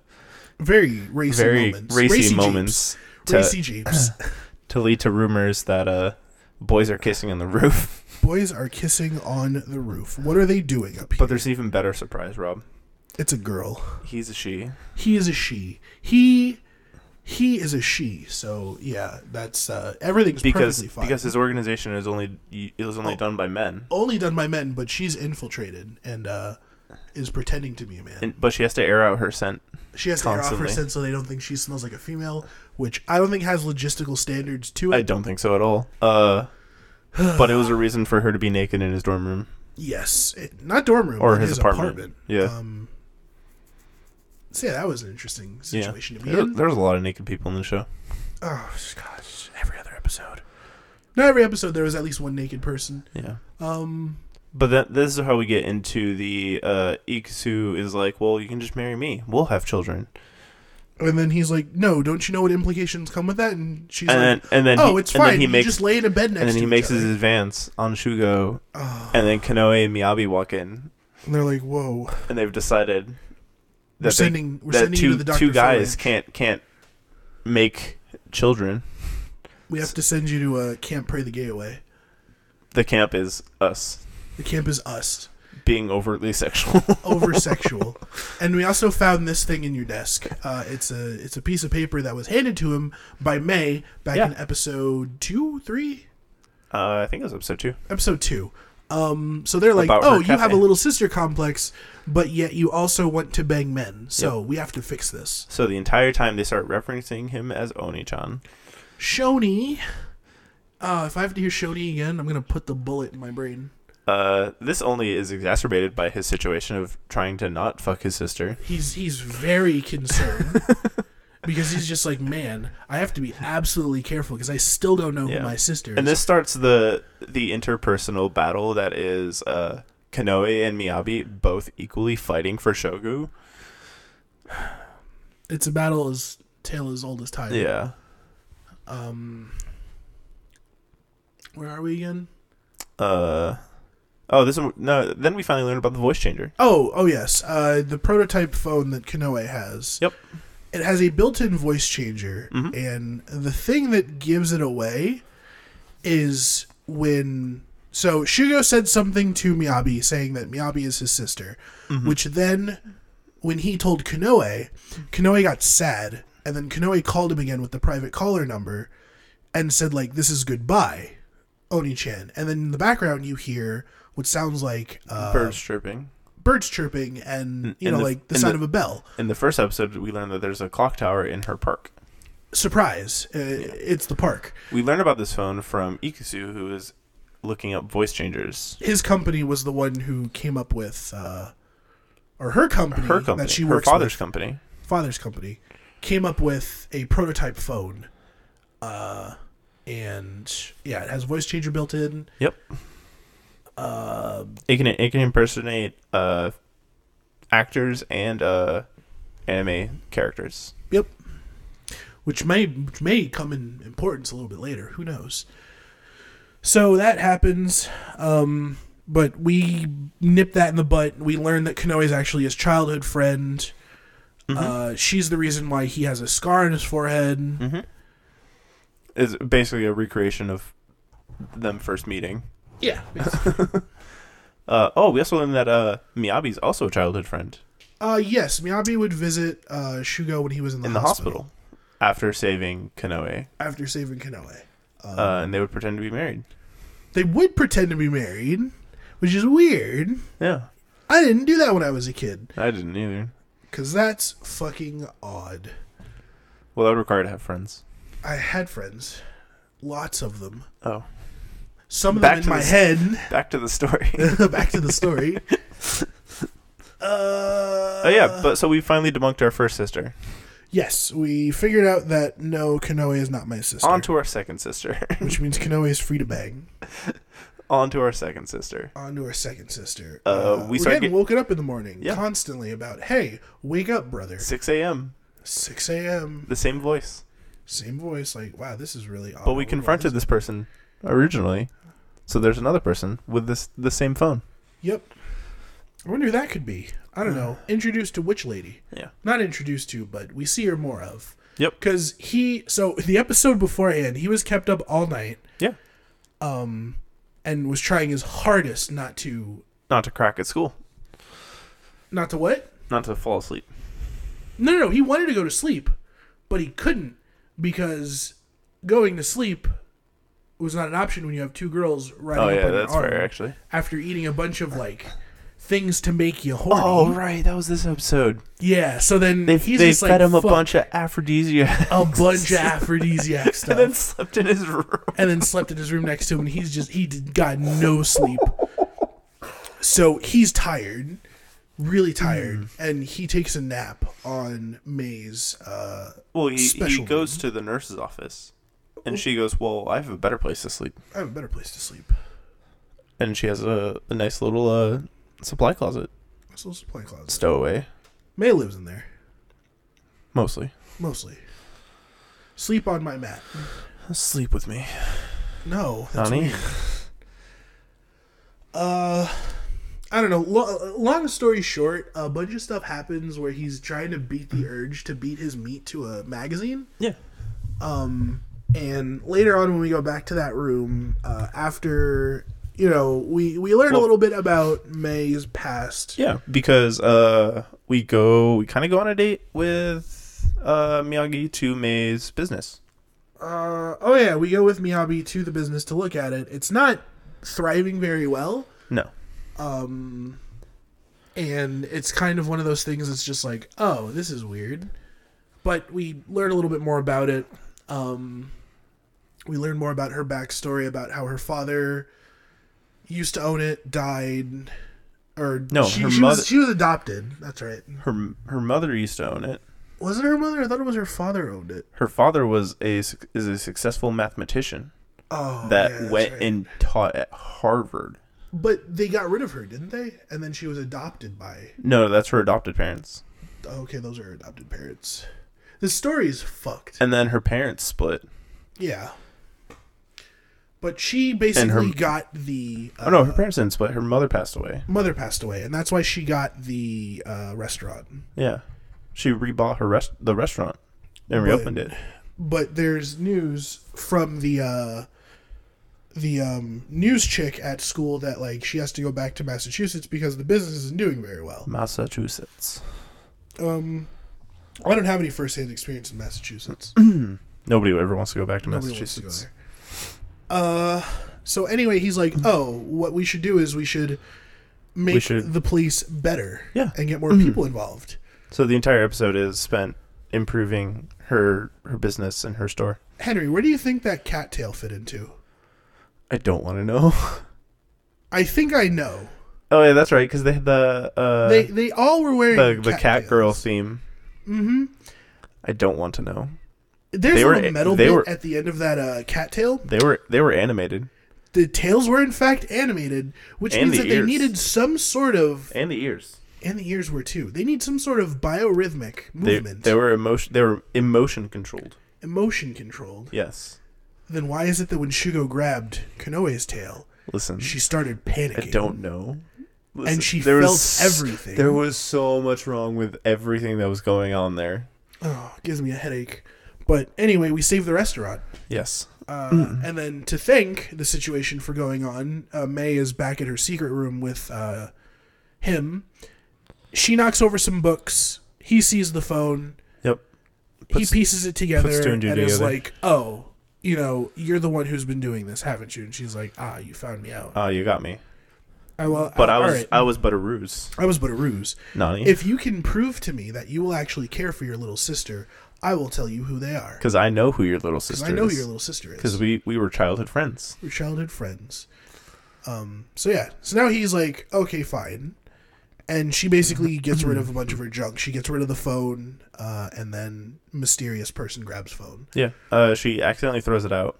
Speaker 1: very racy
Speaker 2: very
Speaker 1: moments.
Speaker 2: racy,
Speaker 1: jeeps.
Speaker 2: moments. to-
Speaker 1: Racy jeeps.
Speaker 2: to lead to rumors that uh Boys are kissing on the roof.
Speaker 1: Boys are kissing on the roof. What are they doing up here?
Speaker 2: But there's an even better surprise, Rob.
Speaker 1: It's a girl.
Speaker 2: He's a she.
Speaker 1: He is a she. He he is a she. So yeah, that's uh, everything's
Speaker 2: Because
Speaker 1: perfectly fine. Oh.
Speaker 2: because his organization is only it was only done by men.
Speaker 1: only done by men, but she's infiltrated and uh, is pretending to be a man.
Speaker 2: And, but she has to air out her scent.
Speaker 1: She has to air off her
Speaker 2: Constantly.
Speaker 1: scent so they don't think she smells like a female, which I don't think has logistical standards to it.
Speaker 2: I don't think so at all. Uh, but it was a reason for her to be naked in his dorm room.
Speaker 1: Yes, it, not dorm room
Speaker 2: Or
Speaker 1: but
Speaker 2: his apartment. Yeah.
Speaker 1: Um, so yeah, that was an interesting situation to be
Speaker 2: There,
Speaker 1: in.
Speaker 2: there was a lot of naked people in the show.
Speaker 1: Oh gosh!
Speaker 2: Every other episode.
Speaker 1: Not every episode there was at least one naked person.
Speaker 2: Yeah.
Speaker 1: Um,
Speaker 2: But that, this is how we get into the uh, Ikusu is like, well, you can just marry me. We'll have children.
Speaker 1: and then he's like, "No, don't you know what implications come with that?" And she's
Speaker 2: and
Speaker 1: like,
Speaker 2: then and then
Speaker 1: "Oh,
Speaker 2: he,
Speaker 1: it's
Speaker 2: and
Speaker 1: fine.
Speaker 2: Then he
Speaker 1: you
Speaker 2: makes
Speaker 1: just lay in a bed next."
Speaker 2: and then
Speaker 1: to
Speaker 2: he
Speaker 1: each
Speaker 2: makes his
Speaker 1: other."
Speaker 2: advance on Shugo,
Speaker 1: Oh,
Speaker 2: and then Kanoe and Miyabi walk in,
Speaker 1: and they're like, "Whoa,
Speaker 2: and they've decided
Speaker 1: we're
Speaker 2: that, they,
Speaker 1: sending we're
Speaker 2: that
Speaker 1: sending
Speaker 2: two
Speaker 1: you to the doctor."
Speaker 2: two guys
Speaker 1: Fine.
Speaker 2: can't can't make children.
Speaker 1: We have to send you to uh, camp. Pray the gay away.
Speaker 2: The camp is us
Speaker 1: The camp is us.
Speaker 2: being overtly sexual.
Speaker 1: over sexual. And we also found this thing in your desk. Uh, it's a it's a piece of paper that was handed to him by May back
Speaker 2: Yeah.
Speaker 1: in episode two, three,
Speaker 2: uh, I think it was episode two.
Speaker 1: episode two. Um, so they're like,
Speaker 2: About her
Speaker 1: oh, you have
Speaker 2: cafe."
Speaker 1: a little sister complex, but yet you also want to bang men. So we have to fix this.
Speaker 2: So the entire time they start referencing him as Oni-chan.
Speaker 1: Shoni. Uh, if I have to hear Shoni again, I'm gonna put the bullet in my brain.
Speaker 2: Uh, this only is exacerbated by his situation of trying to not fuck his sister.
Speaker 1: He's he's very concerned because he's just like, man, I have to be absolutely careful because I still don't know
Speaker 2: Yeah.
Speaker 1: who my sister is.
Speaker 2: And this starts the the interpersonal battle that is uh Kanoe and Miyabi both equally fighting for Shogu.
Speaker 1: it's a battle as tale as old as time.
Speaker 2: Yeah.
Speaker 1: Um, where are we again?
Speaker 2: Uh Oh, this one, no, then we finally learn about the voice changer.
Speaker 1: Oh, oh yes. Uh, the prototype phone that Kanoe has.
Speaker 2: Yep.
Speaker 1: It has a built-in voice changer,
Speaker 2: Mhm.
Speaker 1: and the thing that gives it away is when. So Shugo said something to Miyabi, saying that Miyabi is his sister,
Speaker 2: Mm-hmm.
Speaker 1: which then, when he told Kanoe, Kanoe got sad, and then Kanoe called him again with the private caller number, and said like, "This is goodbye, Oni-chan." And then in the background, you hear what sounds like uh,
Speaker 2: Birds chirping.
Speaker 1: birds chirping and you
Speaker 2: and
Speaker 1: know
Speaker 2: the-
Speaker 1: like the
Speaker 2: and
Speaker 1: sound
Speaker 2: the-
Speaker 1: of a bell
Speaker 2: In the first episode, we learned that there's a clock tower in her park.
Speaker 1: surprise uh, it's the park
Speaker 2: We learn about this phone from Ikusu, who is looking up voice changers.
Speaker 1: his company was the one who came up with uh, or her company,
Speaker 2: Her company,
Speaker 1: that she
Speaker 2: her
Speaker 1: works
Speaker 2: father's company.
Speaker 1: with, father's company came up with a prototype phone uh, and yeah it has voice changer built in
Speaker 2: Yep.
Speaker 1: uh,
Speaker 2: It can it can impersonate uh, actors and uh, anime characters.
Speaker 1: Yep. Which may which may come in importance a little bit later. Who knows? So that happens. Um, but we nip that in the butt. We learn that Kanoe is actually his childhood friend.
Speaker 2: Mm-hmm.
Speaker 1: Uh, she's the reason why he has a scar on his forehead.
Speaker 2: It's basically a recreation of them first meeting.
Speaker 1: Yeah.
Speaker 2: Uh, oh, we also learned that uh, Miyabi's also a childhood friend
Speaker 1: uh, yes, Miyabi would visit uh, Shugo when he was in the,
Speaker 2: in the
Speaker 1: hospital,
Speaker 2: hospital after saving Kanoe,
Speaker 1: after saving Kanoe. Um.
Speaker 2: uh, and they would pretend to be married.
Speaker 1: They would pretend to be married, which is weird.
Speaker 2: Yeah,
Speaker 1: I didn't do that when I was a kid
Speaker 2: I didn't either.
Speaker 1: because that's fucking odd.
Speaker 2: Well, that would require to have friends.
Speaker 1: I had friends, lots of them.
Speaker 2: Oh,
Speaker 1: Some of
Speaker 2: Back
Speaker 1: them in
Speaker 2: to
Speaker 1: my
Speaker 2: the s-
Speaker 1: head.
Speaker 2: back to the story.
Speaker 1: Back to the story. Uh,
Speaker 2: oh yeah, but so we finally debunked our first sister.
Speaker 1: yes, we figured out that no, Kanoe is not my sister,
Speaker 2: On to our second sister.
Speaker 1: which means Kanoe is free to bang.
Speaker 2: On to our second sister.
Speaker 1: On to our second sister.
Speaker 2: Uh,
Speaker 1: we're
Speaker 2: we start
Speaker 1: getting
Speaker 2: get-
Speaker 1: woken up in the morning
Speaker 2: Yeah.
Speaker 1: constantly about, hey, wake up, brother.
Speaker 2: 6 a.m.
Speaker 1: 6 a.m.
Speaker 2: The same voice.
Speaker 1: Same voice. Like, wow, this is really odd.
Speaker 2: But we confronted this person originally. So there's another person with this the same phone.
Speaker 1: Yep. I wonder who that could be. I don't know. Introduced to which lady?
Speaker 2: Yeah.
Speaker 1: Not introduced to, but we see her more of.
Speaker 2: Yep.
Speaker 1: Because he, so the episode beforehand, he was kept up all night
Speaker 2: Yeah.
Speaker 1: um, and was trying his hardest not to
Speaker 2: Not to crack at school.
Speaker 1: not to what?
Speaker 2: Not to fall asleep.
Speaker 1: No, no, no. He wanted to go to sleep, but he couldn't because going to sleep was not an option when you have two girls riding
Speaker 2: Oh
Speaker 1: up
Speaker 2: yeah,
Speaker 1: on
Speaker 2: that's
Speaker 1: your arm
Speaker 2: fair actually.
Speaker 1: after eating a bunch of like things to make you horny.
Speaker 2: Oh right, that was this episode.
Speaker 1: Yeah, so then
Speaker 2: They
Speaker 1: he's
Speaker 2: they
Speaker 1: just
Speaker 2: fed
Speaker 1: like
Speaker 2: him a
Speaker 1: "Fuck,
Speaker 2: bunch of aphrodisiac
Speaker 1: a bunch of aphrodisiac stuff,
Speaker 2: and then slept in his room.
Speaker 1: slept in his room next to him, and he's just he did, got no sleep. So he's tired, really tired,
Speaker 2: Hmm.
Speaker 1: and he takes a nap on May's. Uh,
Speaker 2: Well, he, he
Speaker 1: Special Oh.
Speaker 2: goes to the nurse's office, and she goes, "Well, I have a better place to sleep."
Speaker 1: I have a better place to sleep.
Speaker 2: And she has a, a nice little uh, supply closet
Speaker 1: This little supply closet.
Speaker 2: stowaway,
Speaker 1: May lives in there
Speaker 2: mostly.
Speaker 1: mostly. Sleep on my mat.
Speaker 2: Sleep with me,
Speaker 1: No, that's
Speaker 2: honey.
Speaker 1: weird. Uh, I don't know. Lo- long story short, a bunch of stuff happens where he's trying to beat the urge to beat his meat to a magazine.
Speaker 2: Yeah.
Speaker 1: Um, and later on, when we go back to that room, uh, after you know, we we learn a
Speaker 2: Well-
Speaker 1: little bit about May's past.
Speaker 2: Yeah, because uh, we go, we kind of go on a date with uh, Miyagi to May's business.
Speaker 1: Uh, oh yeah, we go with Miyabi to the business to look at it. It's not thriving very well.
Speaker 2: No,
Speaker 1: um and it's kind of one of those things that's just like oh this is weird but we learn a little bit more about it um we learn more about her backstory about how her father used to own it died or
Speaker 2: No,
Speaker 1: she,
Speaker 2: her
Speaker 1: she
Speaker 2: mother-
Speaker 1: was, she was adopted that's right
Speaker 2: her her mother used to own it.
Speaker 1: was it her mother i thought it was her father owned it
Speaker 2: Her father was a suc- is a successful mathematician
Speaker 1: oh
Speaker 2: that
Speaker 1: yeah, that's
Speaker 2: went
Speaker 1: right.
Speaker 2: and taught at Harvard.
Speaker 1: but they got rid of her didn't they and then she was adopted by
Speaker 2: No, that's her adopted parents.
Speaker 1: okay those are her adopted parents the story is fucked
Speaker 2: And then her parents split.
Speaker 1: Yeah. But she basically
Speaker 2: her-
Speaker 1: got the uh,
Speaker 2: Oh no, her parents didn't split. Her mother passed away.
Speaker 1: mother passed away, and that's why she got the uh, restaurant.
Speaker 2: Yeah, she rebought her rest the restaurant and
Speaker 1: But-
Speaker 2: reopened it.
Speaker 1: But there's news from the uh, the um, news chick at school that like she has to go back to Massachusetts because the business isn't doing very well.
Speaker 2: Massachusetts.
Speaker 1: Um, I don't have any firsthand experience in Massachusetts.
Speaker 2: Nobody ever wants to go back to
Speaker 1: Nobody wants to go
Speaker 2: Massachusetts.
Speaker 1: there. Uh, so anyway, he's like, "Oh, what we should do is we should make
Speaker 2: should-
Speaker 1: the police better,
Speaker 2: Yeah. Mm-hmm.
Speaker 1: and get more people involved."
Speaker 2: So the entire episode is spent improving her her business and her store.
Speaker 1: Henry, where do you think that cattail fit into?
Speaker 2: I don't want to know.
Speaker 1: I think I know.
Speaker 2: oh yeah, that's right, because they had the uh,
Speaker 1: they they all were wearing
Speaker 2: the the cat
Speaker 1: cattails.
Speaker 2: girl theme. Mm-hmm. I don't want to know.
Speaker 1: There's
Speaker 2: they
Speaker 1: a
Speaker 2: were-
Speaker 1: little metal
Speaker 2: they
Speaker 1: bit
Speaker 2: were-
Speaker 1: at the end of that uh, cattail.
Speaker 2: They were they were animated
Speaker 1: The tails were in fact animated, which
Speaker 2: And
Speaker 1: means that
Speaker 2: the
Speaker 1: they
Speaker 2: ears.
Speaker 1: needed some sort of
Speaker 2: and the ears.
Speaker 1: and the ears were too. They need some sort of biorhythmic
Speaker 2: They,
Speaker 1: movement,
Speaker 2: they were emotion they were emotion controlled.
Speaker 1: emotion controlled.
Speaker 2: Yes.
Speaker 1: Then why is it that when Shugo grabbed Kanoe's tail,
Speaker 2: Listen.
Speaker 1: she started panicking?
Speaker 2: I don't know.
Speaker 1: And she
Speaker 2: there
Speaker 1: felt
Speaker 2: was-
Speaker 1: everything.
Speaker 2: There was so much wrong with everything that was going on there.
Speaker 1: Oh, it gives me a headache. But anyway, we saved the restaurant.
Speaker 2: Yes.
Speaker 1: Uh,
Speaker 2: Mm.
Speaker 1: And then to thank the situation for going on, uh, May is back at her secret room with uh, him. She knocks over some books. He sees the phone.
Speaker 2: Yep. Puts-
Speaker 1: he pieces it together
Speaker 2: puts two and
Speaker 1: and,
Speaker 2: two
Speaker 1: is
Speaker 2: together.
Speaker 1: like, "Oh, you know, you're the one who's been doing this, haven't you?" And she's like, "Ah, you found me out."
Speaker 2: Oh, you got me.
Speaker 1: I, well,
Speaker 2: But I
Speaker 1: all
Speaker 2: was
Speaker 1: right.
Speaker 2: I was but a ruse.
Speaker 1: I was but a ruse.
Speaker 2: Nani.
Speaker 1: If you can prove to me that you will actually care for your little sister, I will tell you who they are.
Speaker 2: Because I know who your little
Speaker 1: 'Cause
Speaker 2: sister
Speaker 1: I know
Speaker 2: is.
Speaker 1: who your little sister is.
Speaker 2: Because we, we were childhood friends.
Speaker 1: We're childhood friends. Um, so yeah. So now he's like, okay, fine. And she basically gets rid of a bunch of her junk. She gets rid of the phone, uh, and then mysterious person grabs phone.
Speaker 2: Yeah. Uh, she accidentally throws it out.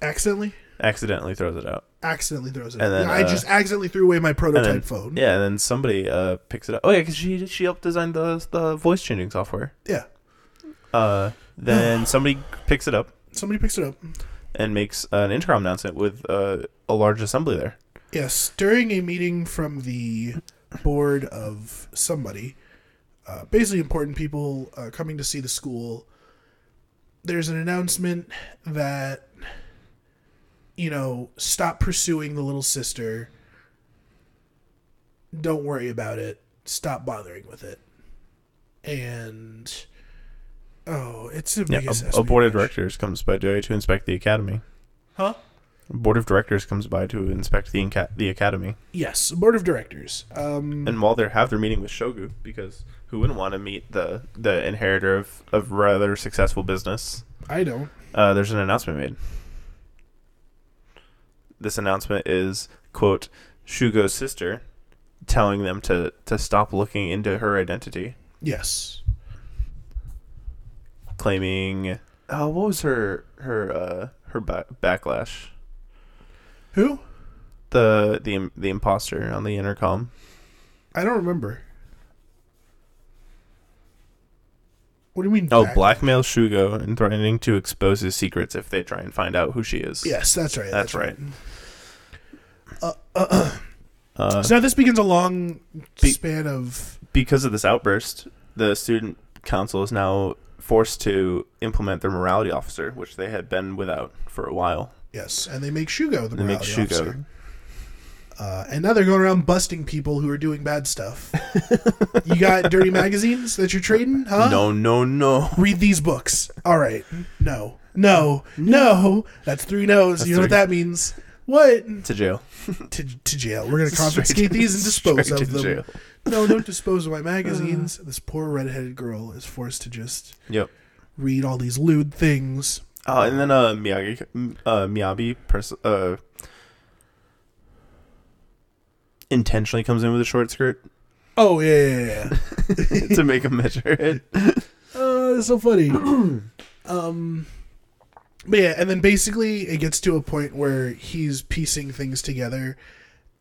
Speaker 1: Accidentally?
Speaker 2: Accidentally throws it out.
Speaker 1: Accidentally throws it.
Speaker 2: And then,
Speaker 1: Yeah, I
Speaker 2: uh,
Speaker 1: just accidentally threw away my
Speaker 2: And
Speaker 1: prototype
Speaker 2: then,
Speaker 1: phone.
Speaker 2: Yeah, and then somebody uh, picks it up. Oh yeah, because she she helped design the the voice changing software.
Speaker 1: Yeah.
Speaker 2: Uh, then somebody picks it up
Speaker 1: Somebody picks it up.
Speaker 2: and makes an intercom announcement with uh, a large assembly there.
Speaker 1: Yes, during a meeting from the board of somebody, uh, basically important people uh, coming to see the school, there's an announcement that you know, stop pursuing the little sister. Don't worry about it. Stop bothering with it. And oh, it's the
Speaker 2: Yeah,
Speaker 1: biggest
Speaker 2: a, a board of
Speaker 1: espionage.
Speaker 2: directors comes by to, to inspect the academy.
Speaker 1: Huh?
Speaker 2: A board of directors comes by to inspect the inca- the academy.
Speaker 1: Yes, a board of directors. Um,
Speaker 2: And while they have their meeting with Shogu, because who wouldn't want to meet the the inheritor of of rather successful business?
Speaker 1: I don't.
Speaker 2: uh, there's an announcement made. This announcement is quote Shugo's sister telling them to to stop looking into her identity,
Speaker 1: Yes.
Speaker 2: claiming oh what was her her uh, her ba- backlash
Speaker 1: Who?
Speaker 2: the the the imposter on the intercom.
Speaker 1: I don't remember. What do you mean?
Speaker 2: Oh,
Speaker 1: back-
Speaker 2: blackmail Shugo and threatening to expose his secrets if they try and find out who she is.
Speaker 1: Yes, that's right.
Speaker 2: that's, right. Uh,
Speaker 1: So now this begins a long
Speaker 2: Be-
Speaker 1: span of
Speaker 2: because of this outburst, the student council is now forced to implement their morality officer, which they had been without for a while.
Speaker 1: yes, and they make Shugo the
Speaker 2: They make
Speaker 1: morality
Speaker 2: Shugo.
Speaker 1: officer. Uh, and now they're going around busting people who are doing bad stuff. you got dirty magazines that you're trading, huh?
Speaker 2: No, no, no.
Speaker 1: Read these books. All right. No. No. No. That's three no's. you know what
Speaker 2: three.
Speaker 1: that means. What?
Speaker 2: To jail.
Speaker 1: To, to jail. We're going to confiscate
Speaker 2: Straight-
Speaker 1: these and dispose
Speaker 2: straight
Speaker 1: of
Speaker 2: to
Speaker 1: them.
Speaker 2: jail.
Speaker 1: No, don't dispose of my magazines. this poor redheaded girl is forced to just
Speaker 2: Yep.
Speaker 1: read all these lewd things.
Speaker 2: Oh, and then uh, Miyagi, uh, Miyabi, pers- uh, intentionally comes in with a short skirt
Speaker 1: Oh yeah, yeah, yeah, yeah.
Speaker 2: to make him measure it.
Speaker 1: oh, that's so funny. um, but yeah, and then basically it gets to a point where he's piecing things together,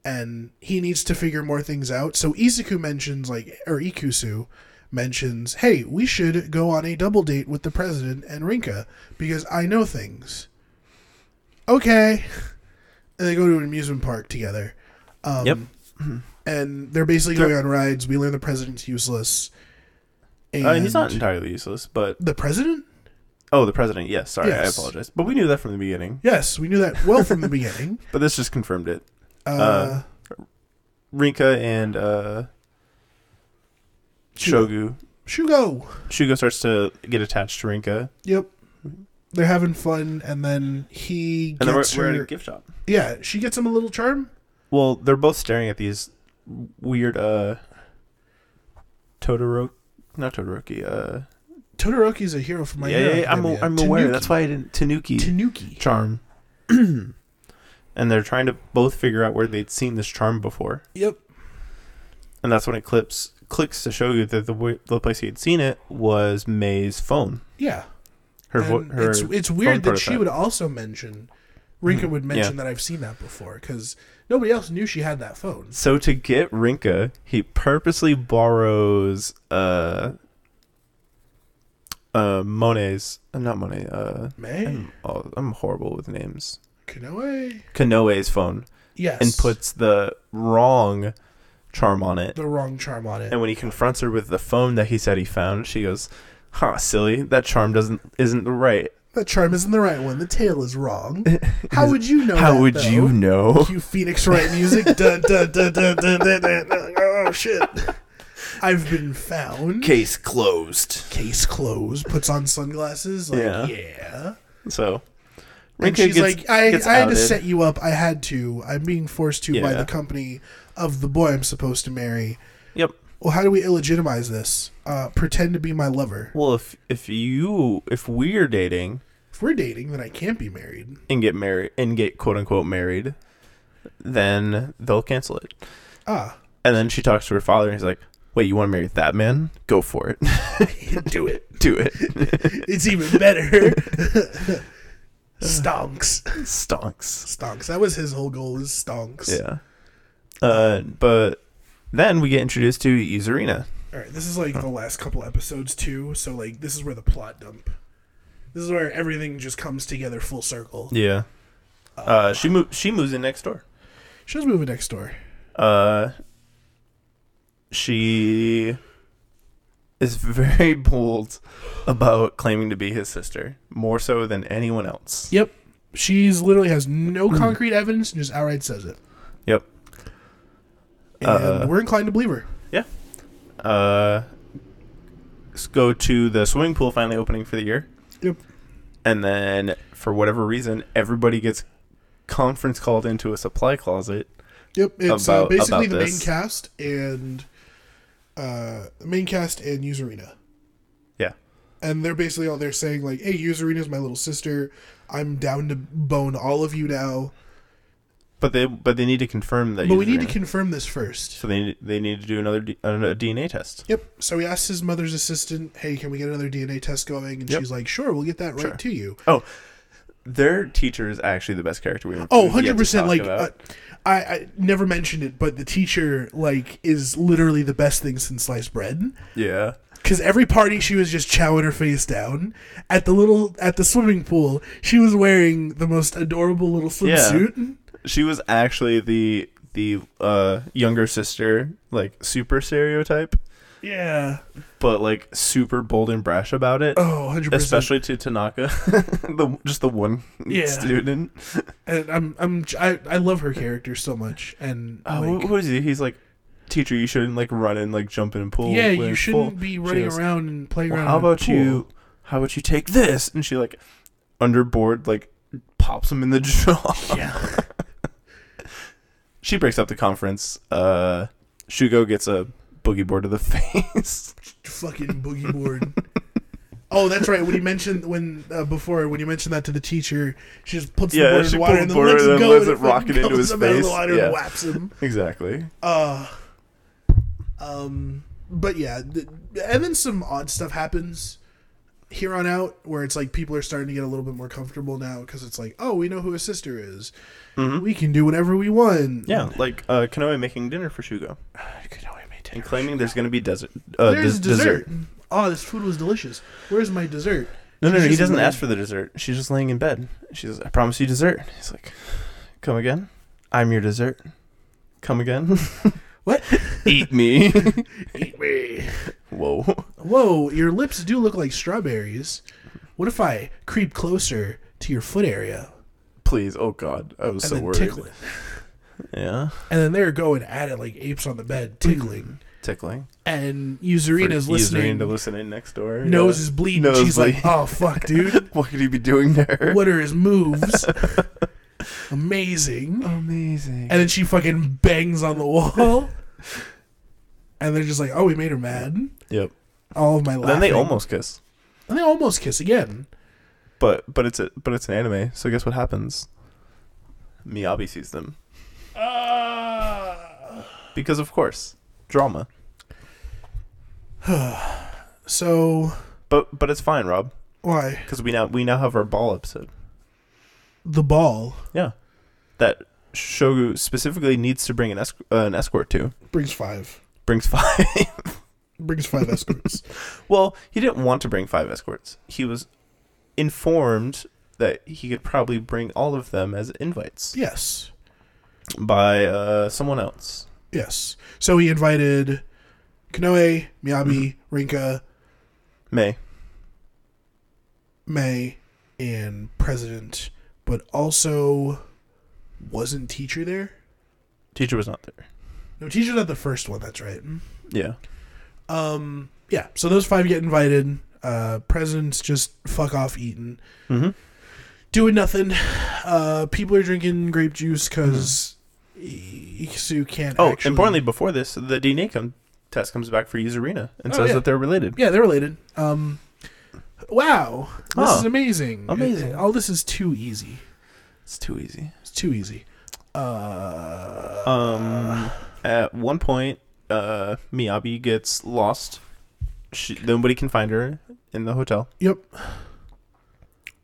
Speaker 1: and he needs to figure more things out. So Izuku mentions like, or Ikusu mentions, "Hey, we should go on a double date with the president and Rinka because I know things." Okay, and they go to an amusement park together. Um,
Speaker 2: Yep.
Speaker 1: And they're basically going on rides. We learn the president's useless. And
Speaker 2: Uh, he's not entirely useless, but
Speaker 1: the president?
Speaker 2: oh, the president. Yes, sorry,
Speaker 1: Yes.
Speaker 2: I apologize. But we knew that from the beginning.
Speaker 1: Yes, we knew that well from the beginning.
Speaker 2: But this just confirmed it.
Speaker 1: Uh,
Speaker 2: Uh, Rinka and uh, Shogu.
Speaker 1: Shugo.
Speaker 2: Shugo starts to get attached to Rinka,
Speaker 1: Yep. They're having fun, and then he
Speaker 2: and then we're,
Speaker 1: gets
Speaker 2: we're at
Speaker 1: her.
Speaker 2: a gift shop.
Speaker 1: yeah, she gets him a little charm.
Speaker 2: Well, they're both staring at these weird uh, Todoroki, not Todoroki. Uh,
Speaker 1: Todoroki's a hero for my
Speaker 2: yeah,
Speaker 1: Hero
Speaker 2: yeah, yeah, I'm,
Speaker 1: Academia.
Speaker 2: a, I'm aware.
Speaker 1: Tanuki.
Speaker 2: That's why I didn't Tanuki
Speaker 1: Tanuki.
Speaker 2: charm. and they're trying to both figure out where they'd seen this charm before,
Speaker 1: Yep.
Speaker 2: and that's when it clips clicks to Shogu that the w- the place he had seen it was May's phone.
Speaker 1: Yeah.
Speaker 2: Her, vo-
Speaker 1: And
Speaker 2: her
Speaker 1: it's it's weird
Speaker 2: phone
Speaker 1: that she
Speaker 2: prototype. Mm-hmm.
Speaker 1: would also mention. Rinka would mention
Speaker 2: yeah.
Speaker 1: that I've seen that before because nobody else knew she had that phone.
Speaker 2: So to get Rinka, he purposely borrows uh uh Monet's uh, not Monet, uh
Speaker 1: May
Speaker 2: I'm, oh, I'm horrible with names.
Speaker 1: Kanoe.
Speaker 2: Kanoe's phone
Speaker 1: Yes.
Speaker 2: and puts the wrong charm on it.
Speaker 1: the wrong charm on it.
Speaker 2: And when he confronts her with the phone that he said he found, she goes, "Huh, silly. That charm doesn't isn't right.
Speaker 1: That charm isn't the right one. The tail is wrong. How would you know?
Speaker 2: How
Speaker 1: that,
Speaker 2: would
Speaker 1: though?
Speaker 2: you know?"
Speaker 1: Cue Phoenix Wright music. dun, dun, dun, dun, dun, dun, dun, dun. Oh shit! I've been found.
Speaker 2: Case closed.
Speaker 1: Case closed. Puts on sunglasses. Like,
Speaker 2: Yeah.
Speaker 1: yeah.
Speaker 2: So
Speaker 1: And
Speaker 2: Rinka
Speaker 1: she's like, I,
Speaker 2: gets
Speaker 1: I had to
Speaker 2: outed.
Speaker 1: set you up. I had to. I'm being forced to by
Speaker 2: Yeah.
Speaker 1: the company of the boy I'm supposed to marry.
Speaker 2: Yep.
Speaker 1: Well, how do we illegitimize this? Uh, pretend to be my lover.
Speaker 2: Well, if if you if we're dating
Speaker 1: If we're dating, then I can't be married.
Speaker 2: and get married and get quote unquote married, then they'll cancel it.
Speaker 1: Ah,
Speaker 2: And then she talks to her father, and he's like, "Wait, you want to marry that man? Go for it,
Speaker 1: do it.
Speaker 2: do it."
Speaker 1: It's even better. stonks.
Speaker 2: Stonks.
Speaker 1: Stonks. That was his whole goal was stonks.
Speaker 2: Yeah. Uh, but then we get introduced to Yuzurina.
Speaker 1: All right, this is like the last couple episodes too, so like this is where the plot dump. This is where everything just comes together full circle.
Speaker 2: Yeah. Uh, she mo- she moves in next door.
Speaker 1: She's moving next door.
Speaker 2: Uh, she is very bold about claiming to be his sister, more so than anyone else.
Speaker 1: Yep. She's literally has no
Speaker 2: Hmm.
Speaker 1: concrete evidence and just outright says it.
Speaker 2: Yep.
Speaker 1: And
Speaker 2: Uh,
Speaker 1: we're inclined to believe her.
Speaker 2: Uh, let's go to the swimming pool finally opening for the year.
Speaker 1: Yep.
Speaker 2: And then, for whatever reason, everybody gets conference called into a supply closet.
Speaker 1: Yep, it's uh,
Speaker 2: about-
Speaker 1: basically
Speaker 2: about
Speaker 1: the
Speaker 2: this.
Speaker 1: main cast and uh, the main cast and Userina.
Speaker 2: Yeah.
Speaker 1: And they're basically all there saying like, "Hey, Userina's my little sister. I'm down to bone all of you now."
Speaker 2: But they but they need to confirm that.
Speaker 1: But we need to
Speaker 2: username.
Speaker 1: confirm this first.
Speaker 2: so they need, they need to do another D, uh, a DNA test.
Speaker 1: Yep. So he asked his mother's assistant, "Hey, can we get another DNA test going?" And
Speaker 2: Yep.
Speaker 1: she's like, "Sure, we'll get that right
Speaker 2: Sure.
Speaker 1: to you."
Speaker 2: Oh, Their teacher is actually the best character we.
Speaker 1: Oh,
Speaker 2: we've yet to
Speaker 1: 100%
Speaker 2: talk
Speaker 1: like
Speaker 2: about.
Speaker 1: uh, I, I never mentioned it, but the teacher like is literally the best thing since sliced bread.
Speaker 2: yeah.
Speaker 1: Because every party she was just chowing her face down at the little at the swimming pool. She was wearing the most adorable little swimsuit.
Speaker 2: She was actually the the uh, younger sister, like super stereotype,
Speaker 1: Yeah.
Speaker 2: but like super bold and brash about it.
Speaker 1: Oh, 100 percent.
Speaker 2: especially to Tanaka, the just the one
Speaker 1: Yeah.
Speaker 2: student.
Speaker 1: And I'm I'm I, I love her character so much. And
Speaker 2: Oh,
Speaker 1: like,
Speaker 2: wh- what is he? He's like, teacher, you shouldn't like run and like jump in and pull.
Speaker 1: yeah,
Speaker 2: when
Speaker 1: you
Speaker 2: it's
Speaker 1: shouldn't
Speaker 2: full."
Speaker 1: be
Speaker 2: She
Speaker 1: running
Speaker 2: goes,
Speaker 1: around and playing
Speaker 2: "Well,
Speaker 1: around.
Speaker 2: how
Speaker 1: in the
Speaker 2: about
Speaker 1: pool."
Speaker 2: you? How about you take this? And she like underboard like pops him in the jaw.
Speaker 1: Yeah.
Speaker 2: she breaks up the conference. Uh, Shugo gets a boogie board to the face.
Speaker 1: fucking boogie board. oh, that's right. When you mentioned when uh, before when you mentioned that to the teacher, she just puts the
Speaker 2: Yeah,
Speaker 1: board in
Speaker 2: she
Speaker 1: the water
Speaker 2: pulled
Speaker 1: and
Speaker 2: the
Speaker 1: then
Speaker 2: board
Speaker 1: lets
Speaker 2: and
Speaker 1: it
Speaker 2: then
Speaker 1: go
Speaker 2: lets
Speaker 1: and
Speaker 2: it
Speaker 1: fucking
Speaker 2: rocket into
Speaker 1: comes
Speaker 2: his
Speaker 1: up out of
Speaker 2: face.
Speaker 1: the water
Speaker 2: Yeah.
Speaker 1: and whaps him.
Speaker 2: exactly.
Speaker 1: Uh, um, but yeah, th- and then some odd stuff happens here on out where it's like people are starting to get a little bit more comfortable now because it's like, oh, we know who his sister is. We can do whatever we want.
Speaker 2: Mm-hmm. Yeah, like uh, Kanoe making dinner for Shugo and claiming there's going to be desert. Uh,
Speaker 1: There's
Speaker 2: des-
Speaker 1: dessert. Oh, this food was delicious. Where's my dessert?
Speaker 2: No, no,
Speaker 1: She's
Speaker 2: no. He
Speaker 1: just
Speaker 2: doesn't
Speaker 1: laying-
Speaker 2: ask for the dessert. She's just laying in bed. She says, "I promise you dessert." He's like, "Come again? I'm your dessert. Come again?
Speaker 1: What?
Speaker 2: Eat me."
Speaker 1: Eat me.
Speaker 2: Whoa.
Speaker 1: Whoa, your lips do look like strawberries. What if I creep closer to your foot area
Speaker 2: Please. Oh God. I
Speaker 1: and
Speaker 2: was so
Speaker 1: then
Speaker 2: worried.
Speaker 1: tickle it?
Speaker 2: Yeah.
Speaker 1: And then they're going at it like apes on the bed, tickling.
Speaker 2: Tickling.
Speaker 1: and
Speaker 2: For
Speaker 1: Yuzurina's listening.
Speaker 2: Yuzurina to listen in next door.
Speaker 1: nose
Speaker 2: Yeah.
Speaker 1: is bleeding.
Speaker 2: Nose
Speaker 1: She's like,
Speaker 2: bleeding.
Speaker 1: "Oh fuck, dude!
Speaker 2: What could he be doing there?
Speaker 1: What are his moves? Amazing!"
Speaker 2: Amazing.
Speaker 1: And then she fucking bangs on the wall, and they're just like, "Oh, we made her mad."
Speaker 2: yep.
Speaker 1: All of my
Speaker 2: And then
Speaker 1: laughing.
Speaker 2: they almost kiss.
Speaker 1: and they almost kiss again.
Speaker 2: But but it's a but it's an anime. So guess what happens? Miyabi sees them because of course drama.
Speaker 1: so
Speaker 2: But but it's fine, Rob,
Speaker 1: why
Speaker 2: because we now we now have our ball episode.
Speaker 1: the ball
Speaker 2: Yeah, that Shogu specifically needs to bring an esc- uh, an escort to
Speaker 1: brings five,
Speaker 2: brings five.
Speaker 1: brings five escorts.
Speaker 2: well, he didn't want to bring five escorts. He was informed that he could probably bring all of them as invites
Speaker 1: Yes,
Speaker 2: by uh, someone else.
Speaker 1: yes. So he invited Kanoe, Miyabi,
Speaker 2: Mm-hmm.
Speaker 1: Rinka,
Speaker 2: May
Speaker 1: May and president, but also wasn't teacher there?
Speaker 2: teacher was not there.
Speaker 1: No, teacher's not the first one, that's right. Hmm?
Speaker 2: Yeah,
Speaker 1: Um yeah, so those five get invited. Uh president's just fuck off eating.
Speaker 2: mm-hmm.
Speaker 1: Doing nothing. Uh people are drinking grape juice because Ikesu can't
Speaker 2: Oh,
Speaker 1: actually-
Speaker 2: importantly, before this, the DNA com- test comes back for Yuzurina and
Speaker 1: Oh,
Speaker 2: says
Speaker 1: yeah.
Speaker 2: that they're related.
Speaker 1: Yeah, they're related. Um Wow. This
Speaker 2: Oh,
Speaker 1: is amazing.
Speaker 2: amazing.
Speaker 1: All this is too easy.
Speaker 2: It's too easy.
Speaker 1: It's too easy. Uh
Speaker 2: Um, at one point, uh, Miyabi gets lost. She, nobody can find her in the hotel.
Speaker 1: Yep.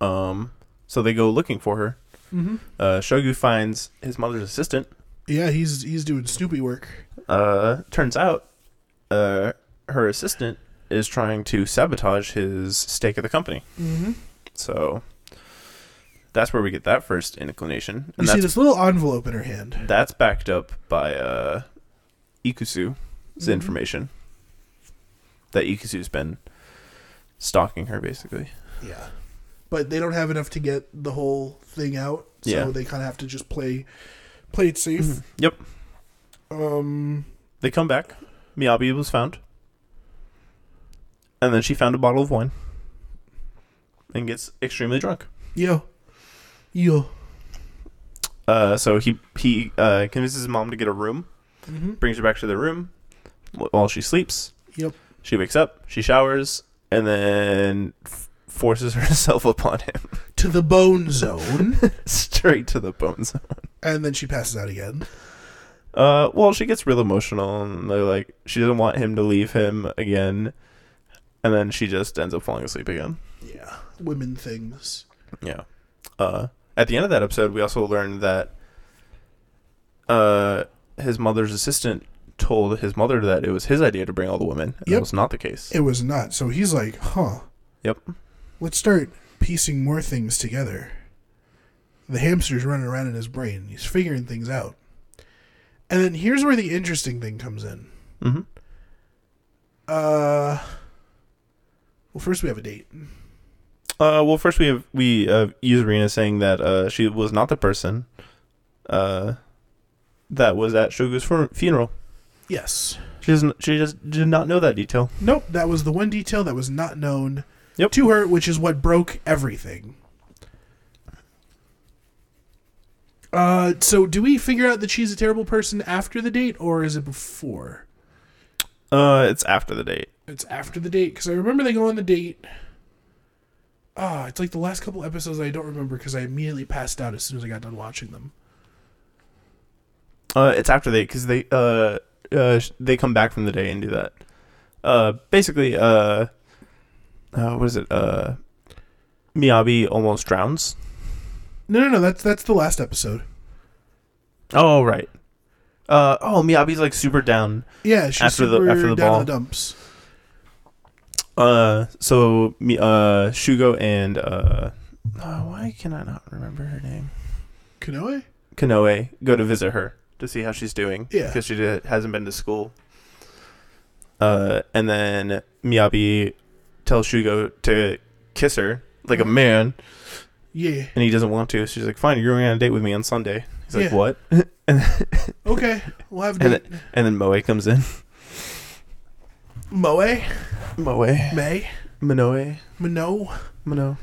Speaker 2: Um, so they go looking for her.
Speaker 1: hmm
Speaker 2: Uh, Shogu finds his mother's assistant.
Speaker 1: Yeah, he's he's doing Snoopy work.
Speaker 2: Uh, turns out, uh, her assistant is trying to sabotage his stake at the company.
Speaker 1: Mm-hmm.
Speaker 2: So that's where we get that first inclination,
Speaker 1: You
Speaker 2: and
Speaker 1: see
Speaker 2: that's
Speaker 1: this little envelope in her hand.
Speaker 2: that's backed up by uh, Ikusu's
Speaker 1: Mhm.
Speaker 2: information that Ikusu's been stalking her, basically.
Speaker 1: Yeah. but they don't have enough to get the whole thing out, so
Speaker 2: Yeah. Mm-hmm.
Speaker 1: they kind of have to just play play it safe.
Speaker 2: Yep.
Speaker 1: Um,
Speaker 2: They come back. Miyabi was found. And then she found a bottle of wine. And gets extremely drunk.
Speaker 1: yeah, yeah.
Speaker 2: Uh, so he he uh, convinces his mom to get a room,
Speaker 1: Mm-hmm.
Speaker 2: brings her back to the room wh- while she sleeps.
Speaker 1: Yep.
Speaker 2: She wakes up, she showers, and then f- forces herself upon him
Speaker 1: To the bone zone,
Speaker 2: straight to the bone zone.
Speaker 1: and then she passes out again.
Speaker 2: Uh, well, she gets real emotional, and they're like, she doesn't want him to leave him again, and then she just ends up falling asleep again.
Speaker 1: Yeah, women things.
Speaker 2: Yeah. Uh, at the end of that episode, we also learned that uh, his mother's assistant told his mother that it was his idea to bring all the women, and that
Speaker 1: Yep.
Speaker 2: was not the case.
Speaker 1: It was not. So he's like, huh.
Speaker 2: Yep.
Speaker 1: Let's start piecing more things together. The hamster's running around in his brain. He's figuring things out. And then here's where the interesting thing comes in.
Speaker 2: hmm
Speaker 1: Uh, well, first we have a date.
Speaker 2: Uh, well, first we have we uh, use Rena saying that uh, she was not the person uh, that was at Shogu's fu- funeral.
Speaker 1: Yes.
Speaker 2: She doesn't. She just did not know that detail.
Speaker 1: Nope. That was the one detail that was not known
Speaker 2: Yep.
Speaker 1: to her, which is what broke everything. Uh, so do we figure out that she's a terrible person after the date, or is it before?
Speaker 2: Uh, it's after the date.
Speaker 1: It's after the date because I remember they go on the date. Ah, it's like the last couple episodes I don't remember because I immediately passed out as soon as I got done watching them.
Speaker 2: Uh, it's after they because they uh, uh sh- they come back from the day and do that. Uh, basically, uh, uh, what is it? Uh, Miyabi almost drowns.
Speaker 1: No, no, no. That's that's the last episode.
Speaker 2: Oh right. Uh oh, Miyabi's like super down.
Speaker 1: Yeah, she's
Speaker 2: After the-
Speaker 1: super
Speaker 2: after the
Speaker 1: down
Speaker 2: ball.
Speaker 1: in the dumps.
Speaker 2: Uh, so Mi- uh Shugo and uh, uh, why can I not remember her name?
Speaker 1: Kanoe?
Speaker 2: Kanoe go to visit her to see how she's doing.
Speaker 1: Yeah.
Speaker 2: Because she did, hasn't been to school. Uh, and then Miyabi tells Shugo to kiss her like a man,
Speaker 1: Yeah.
Speaker 2: and he doesn't want to. She's like, "Fine, you're going on a date with me on Sunday." He's like,
Speaker 1: Yeah.
Speaker 2: "What?"
Speaker 1: Okay, we'll have a
Speaker 2: And
Speaker 1: date.
Speaker 2: And then Moe comes in.
Speaker 1: Moe,
Speaker 2: Moe,
Speaker 1: May,
Speaker 2: Minoe,
Speaker 1: Mino.
Speaker 2: Mino.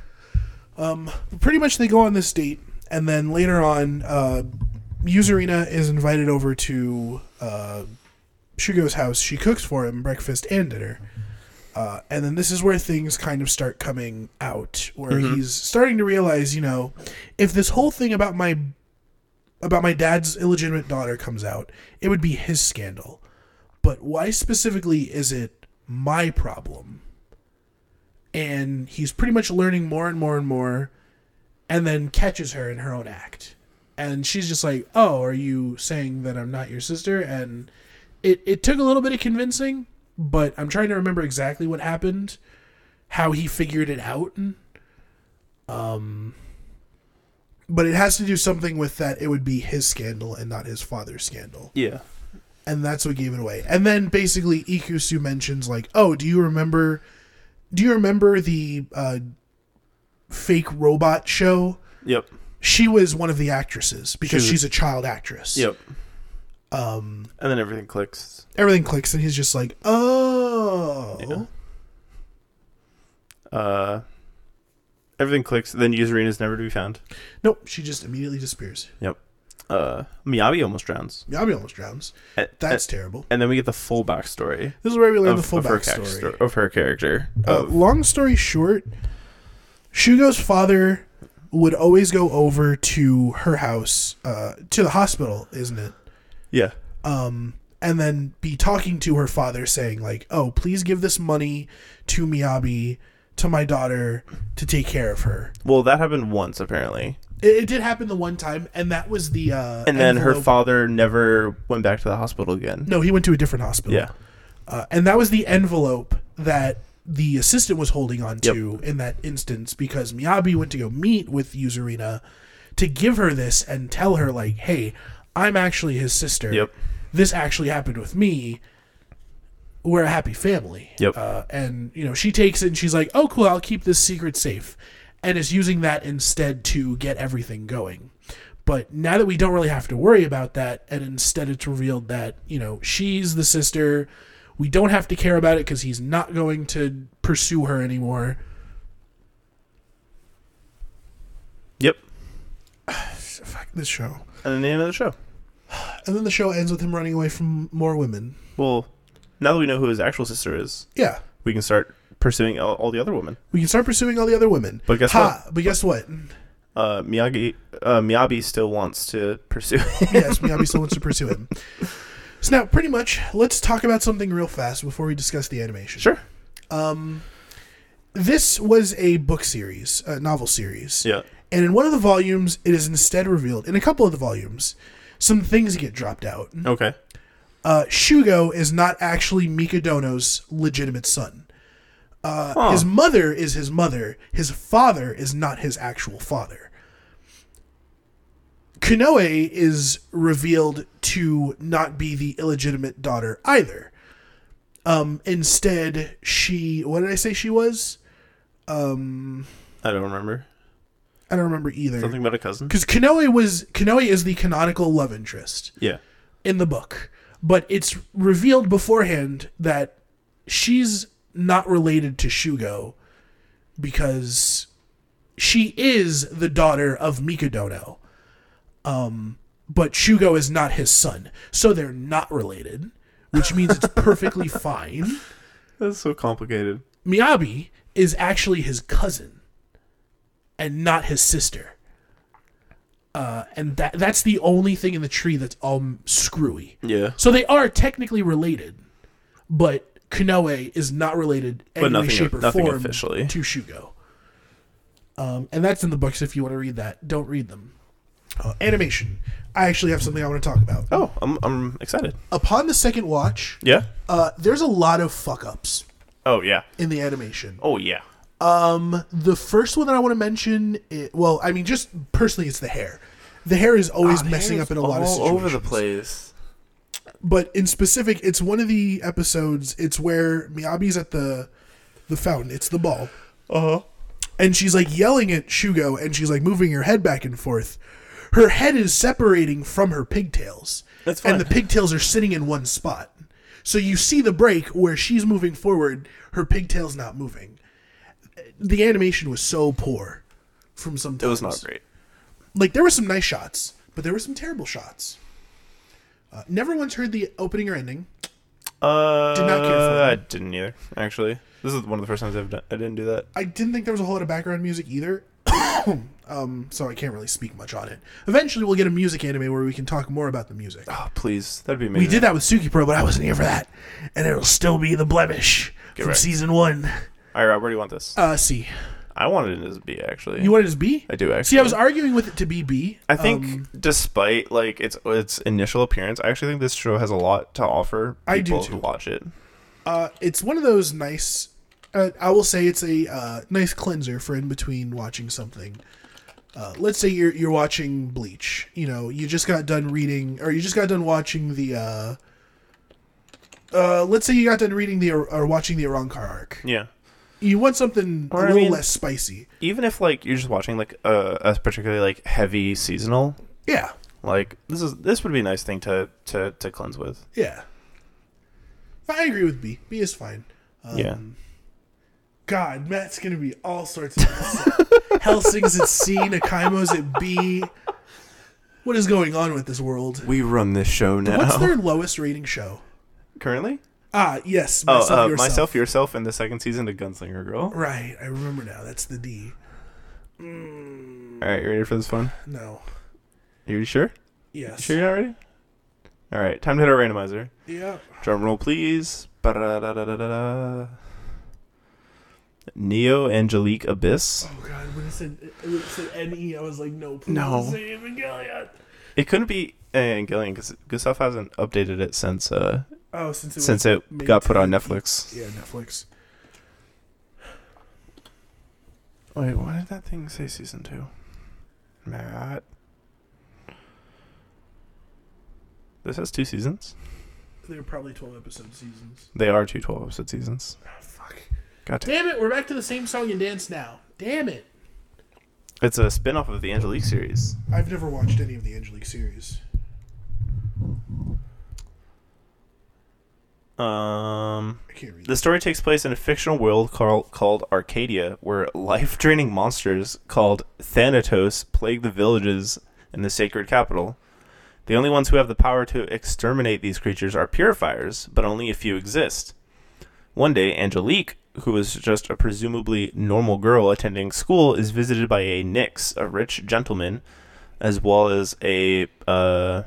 Speaker 1: Um, pretty much they go on this date, and then later on, uh, Yuzurina is invited over to uh, Shugo's house. She cooks for him breakfast and dinner. Uh, and then this is where things kind of start coming out, where
Speaker 2: Mhm.
Speaker 1: he's starting to realize, you know, if this whole thing about my about my dad's illegitimate daughter comes out, it would be his scandal. But why specifically is it my problem? And he's pretty much learning more and more and more, and then catches her in her own act. And she's just like, Oh, are you saying that I'm not your sister? And it, it took a little bit of convincing, but I'm trying to remember exactly what happened, how he figured it out. Um, but it has to do something with that it would be his scandal and not his father's scandal
Speaker 2: Yeah.
Speaker 1: and that's what gave it away. And then basically Ikusu mentions like, "Oh, do you remember? Do you remember the uh, fake robot show?
Speaker 2: Yep.
Speaker 1: She was one of the actresses because
Speaker 2: She was-
Speaker 1: she's a child actress."
Speaker 2: Yep. Um. And then everything clicks.
Speaker 1: Everything clicks, and he's just like, "Oh,
Speaker 2: Yeah. Uh. Everything clicks. Then Yuzurina is never to be found.
Speaker 1: nope." She just immediately disappears.
Speaker 2: Yep. Uh. Miyabi almost drowns.
Speaker 1: Yami almost drowns.
Speaker 2: A-
Speaker 1: That's terrible.
Speaker 2: and then we get the full backstory
Speaker 1: This is where we learn
Speaker 2: Uh, of,
Speaker 1: the full
Speaker 2: of her
Speaker 1: backstory.
Speaker 2: character of her character. Oh,
Speaker 1: Uh,
Speaker 2: of-
Speaker 1: long story short, Shugo's father would always go over to her house, uh, to the hospital, isn't it?
Speaker 2: yeah,
Speaker 1: Um, and then be talking to her father, saying like, "Oh, please give this money to Miyabi, to my daughter, to take care of her."
Speaker 2: well, that happened once apparently,
Speaker 1: It, it did happen the one time, and that was the. Uh,
Speaker 2: and then her
Speaker 1: envelope-
Speaker 2: father never went back to the hospital again.
Speaker 1: No, he went to a different hospital.
Speaker 2: Yeah,
Speaker 1: Uh, and that was the envelope that the assistant was holding on to in that instance because Miyabi went to go meet with Yuzurina to give her this and tell her, like, hey, I'm actually his sister.
Speaker 2: Yep.
Speaker 1: This actually happened with me. We're a happy family.
Speaker 2: Yep.
Speaker 1: Uh, and, you know, she takes it and she's like, oh, cool, I'll keep this secret safe. and is using that instead to get everything going. But now that we don't really have to worry about that, and instead it's revealed that, you know, she's the sister, we don't have to care about it because he's not going to pursue her anymore.
Speaker 2: Yep.
Speaker 1: Fuck this show.
Speaker 2: And then the end of the show.
Speaker 1: And then the show ends with him running away from more women.
Speaker 2: Well, now that we know who his actual sister is,
Speaker 1: Yeah.
Speaker 2: we can start pursuing all, all the other women.
Speaker 1: We can start pursuing all the other women.
Speaker 2: But guess
Speaker 1: ha, But guess what?
Speaker 2: Uh, Miyagi, uh, Miyabi still wants to pursue.
Speaker 1: yes, Miyabi still wants to pursue him. So now, pretty much, let's talk about something real fast before we discuss the animation.
Speaker 2: sure.
Speaker 1: This was a book series, a novel series.
Speaker 2: Yeah.
Speaker 1: And in one of the volumes, it is instead revealed, in a couple of the volumes, some things get dropped out.
Speaker 2: Okay.
Speaker 1: Uh, Shugo is not actually Mikadono's legitimate son. Uh, His mother is his mother. His father is not his actual father. Kanoe is revealed to not be the illegitimate daughter either. Um, instead, she. What did I say she was?
Speaker 2: I don't remember.
Speaker 1: I don't remember either.
Speaker 2: Something about a cousin.
Speaker 1: Because Kanoe was Kanoe is the canonical love interest.
Speaker 2: Yeah.
Speaker 1: in the book, but it's revealed beforehand that she's not related to Shugo because she is the daughter of Mikadono. Um, but Shugo is not his son, so they're not related, which means it's perfectly fine.
Speaker 2: That's so complicated.
Speaker 1: Miyabi is actually his cousin and not his sister. Uh, and that that's the only thing in the tree that's all screwy.
Speaker 2: Yeah.
Speaker 1: So they are technically related, but Kanoe is not related in any way,
Speaker 2: nothing-
Speaker 1: shape, or
Speaker 2: nothing
Speaker 1: form
Speaker 2: officially.
Speaker 1: to Shugo. Um, and that's in the books if you want to read that. Don't read them. Uh, animation. I actually have something I want to talk about.
Speaker 2: Oh, I'm I'm excited.
Speaker 1: Upon the second watch,
Speaker 2: Yeah.
Speaker 1: uh, there's a lot of fuck ups
Speaker 2: Oh yeah.
Speaker 1: in the animation. Um,
Speaker 2: Oh yeah.
Speaker 1: The first one that I want to mention, i well, I mean, just personally, it's the hair. The hair Ah, is
Speaker 2: Ah,
Speaker 1: always messing up in a lot of
Speaker 2: all
Speaker 1: situations.
Speaker 2: over the place.
Speaker 1: but in specific, it's one of the episodes. It's where Miyabi's at the the fountain. It's the ball. Uh
Speaker 2: Uh-huh.
Speaker 1: huh. And she's like yelling at Shugo, and she's like moving her head back and forth. Her head is separating from her pigtails.
Speaker 2: That's
Speaker 1: And
Speaker 2: fine.
Speaker 1: the pigtails are sitting in one spot. So you see the break where she's moving forward, her pigtail's not moving. The animation was so poor from some
Speaker 2: It was not great.
Speaker 1: like there were some nice shots, but there were some terrible shots. Uh, never once heard the opening or ending.
Speaker 2: Uh,
Speaker 1: Did not care for
Speaker 2: I
Speaker 1: them.
Speaker 2: didn't either. Actually, this is one of the first times I've done. I didn't do that.
Speaker 1: I didn't think there was a whole lot of background music either, um, so I can't really speak much on it. Eventually, we'll get a music anime where we can talk more about the music.
Speaker 2: Oh, please, that'd be amazing.
Speaker 1: We did that with Suki Pro, but I wasn't here for that, and it'll still be the blemish from
Speaker 2: right.
Speaker 1: season one.
Speaker 2: All right, Rob, where do you want this?
Speaker 1: Uh, C.
Speaker 2: I wanted it to be actually.
Speaker 1: You wanted as B?
Speaker 2: I do actually.
Speaker 1: See, I was arguing with it to be B.
Speaker 2: I think,
Speaker 1: Um,
Speaker 2: despite like its its initial appearance, I actually think this show has a lot to offer people
Speaker 1: I do
Speaker 2: who
Speaker 1: too.
Speaker 2: watch it.
Speaker 1: uh, it's one of those nice. Uh, I will say it's a uh, nice cleanser for in between watching something. Uh, let's say you're you're watching Bleach. You know, you just got done reading, or you just got done watching the. Uh, uh, let's say you got done reading the or watching the Arankar arc.
Speaker 2: Yeah.
Speaker 1: You want something
Speaker 2: Or, I
Speaker 1: a little
Speaker 2: mean-
Speaker 1: less spicy.
Speaker 2: Even if like you're just watching like a, a particularly like heavy seasonal,
Speaker 1: Yeah,
Speaker 2: like this is this would be a nice thing to to to cleanse with.
Speaker 1: yeah. I agree with B. B is fine. Um,
Speaker 2: yeah.
Speaker 1: God, Matt's gonna be all sorts of Helsing's at C, Nakaimo's at B. What is going on with this world?
Speaker 2: We run this show now.
Speaker 1: What's their lowest rating show?
Speaker 2: Currently?
Speaker 1: Ah, yes,
Speaker 2: Oh,
Speaker 1: myself,
Speaker 2: uh,
Speaker 1: yourself.
Speaker 2: myself, yourself, and the second season to Gunslinger Girl.
Speaker 1: Right, I remember now. That's the D. Mm,
Speaker 2: All right, you ready for this one?
Speaker 1: No.
Speaker 2: Are you sure?
Speaker 1: Yes.
Speaker 2: Sure, you're not ready? All right, time to hit our randomizer.
Speaker 1: Yeah.
Speaker 2: Drum roll, please. Ba-da-da-da-da-da. Neo Angelique Abyss.
Speaker 1: Oh God, when it said when it said N E, I was like, no, please
Speaker 2: No.
Speaker 1: say Evangelion.
Speaker 2: It couldn't be Evangelion because Gustav hasn't updated it since uh
Speaker 1: Oh, since it was
Speaker 2: since it
Speaker 1: made
Speaker 2: got put
Speaker 1: to-
Speaker 2: on Netflix.
Speaker 1: Yeah, Netflix.
Speaker 2: Wait, why did that thing say season two? Matt, this has two seasons.
Speaker 1: They were probably twelve episode seasons.
Speaker 2: They are two 12 episode seasons.
Speaker 1: Ah, fuck.
Speaker 2: God damn.
Speaker 1: Damn it, we're back to the same song and dance now. Damn it.
Speaker 2: It's a spin off of the Angelique series.
Speaker 1: I've never watched any of the Angelique series.
Speaker 2: Um,
Speaker 1: I can't read
Speaker 2: the story takes place in a fictional world call, called Arcadia, where life draining monsters called Thanatos plague the villages in the sacred capital. The only ones who have the power to exterminate these creatures are purifiers, but only a few exist. One day, Angelique, who is just a presumably normal girl attending school, is visited by a Nix, a rich gentleman, as well as a uh,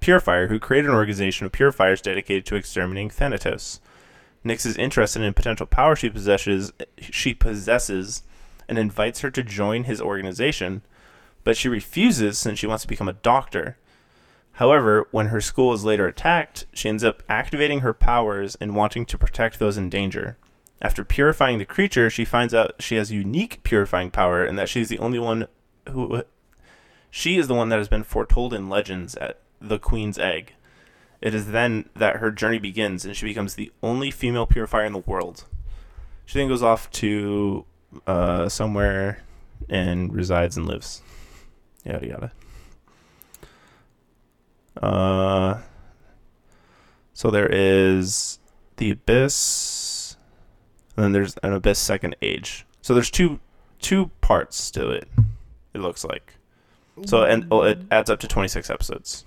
Speaker 2: purifier who created an organization of purifiers dedicated to exterminating Thanatos. Nix is interested in potential power she possesses she possesses and invites her to join his organization, but she refuses since she wants to become a doctor. However, when her school is later attacked, she ends up activating her powers and wanting to protect those in danger. After purifying the creature, she finds out she has unique purifying power and that she's the only one who she is the one that has been foretold in legends at the Queen's Egg. It is then that her journey begins, and she becomes the only female purifier in the world. She then goes off to uh, somewhere and resides and lives. Yada yada. Uh, so there is the abyss, and then there's an abyss second age. So there's two two parts to it. It looks like so, and oh, it adds up to twenty six episodes.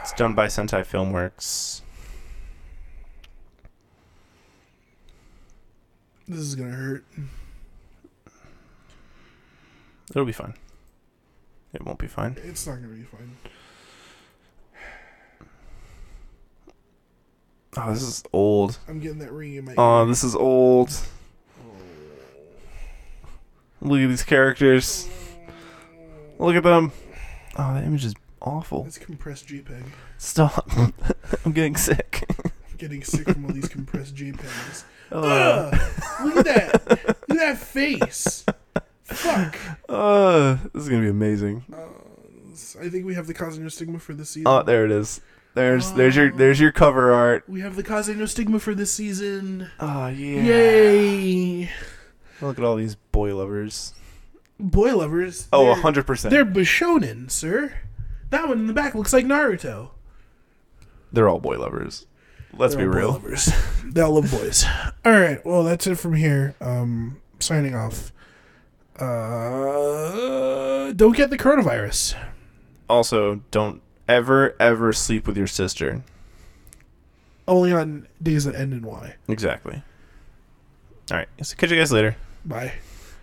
Speaker 2: It's done by Sentai Filmworks.
Speaker 1: This is gonna hurt.
Speaker 2: It'll be fine. It won't be fine.
Speaker 1: It's not gonna be fine.
Speaker 2: Oh, this is old.
Speaker 1: I'm getting that ring in my.
Speaker 2: Oh, this is old. Look at these characters. Look at them. Oh, the image is awful.
Speaker 1: It's compressed JPEG.
Speaker 2: Stop. I'm getting sick.
Speaker 1: I'm getting sick from all these compressed JPEGs.
Speaker 2: Uh,
Speaker 1: Ugh, look at that! Look at that face. Fuck.
Speaker 2: uh, this is gonna be amazing.
Speaker 1: Uh, I think we have the Cosmostigma for this season.
Speaker 2: Oh, there it is. There's there's your there's your cover art.
Speaker 1: we have the Cosmostigma for this season.
Speaker 2: Oh yeah.
Speaker 1: Yay!
Speaker 2: Look at all these boy lovers.
Speaker 1: Boy lovers.
Speaker 2: Oh,
Speaker 1: they're-
Speaker 2: hundred percent.
Speaker 1: They're Bishonen, sir. That one in the back looks like Naruto.
Speaker 2: They're all boy lovers. Let's
Speaker 1: They're
Speaker 2: be
Speaker 1: all boy
Speaker 2: real.
Speaker 1: lovers. they all love boys. All right. Well, that's it from here. Um, signing off. Uh, don't get the coronavirus.
Speaker 2: Also, don't ever ever sleep with your sister.
Speaker 1: Only on days that end in Y.
Speaker 2: Exactly. All right. So catch you guys later.
Speaker 1: Bye.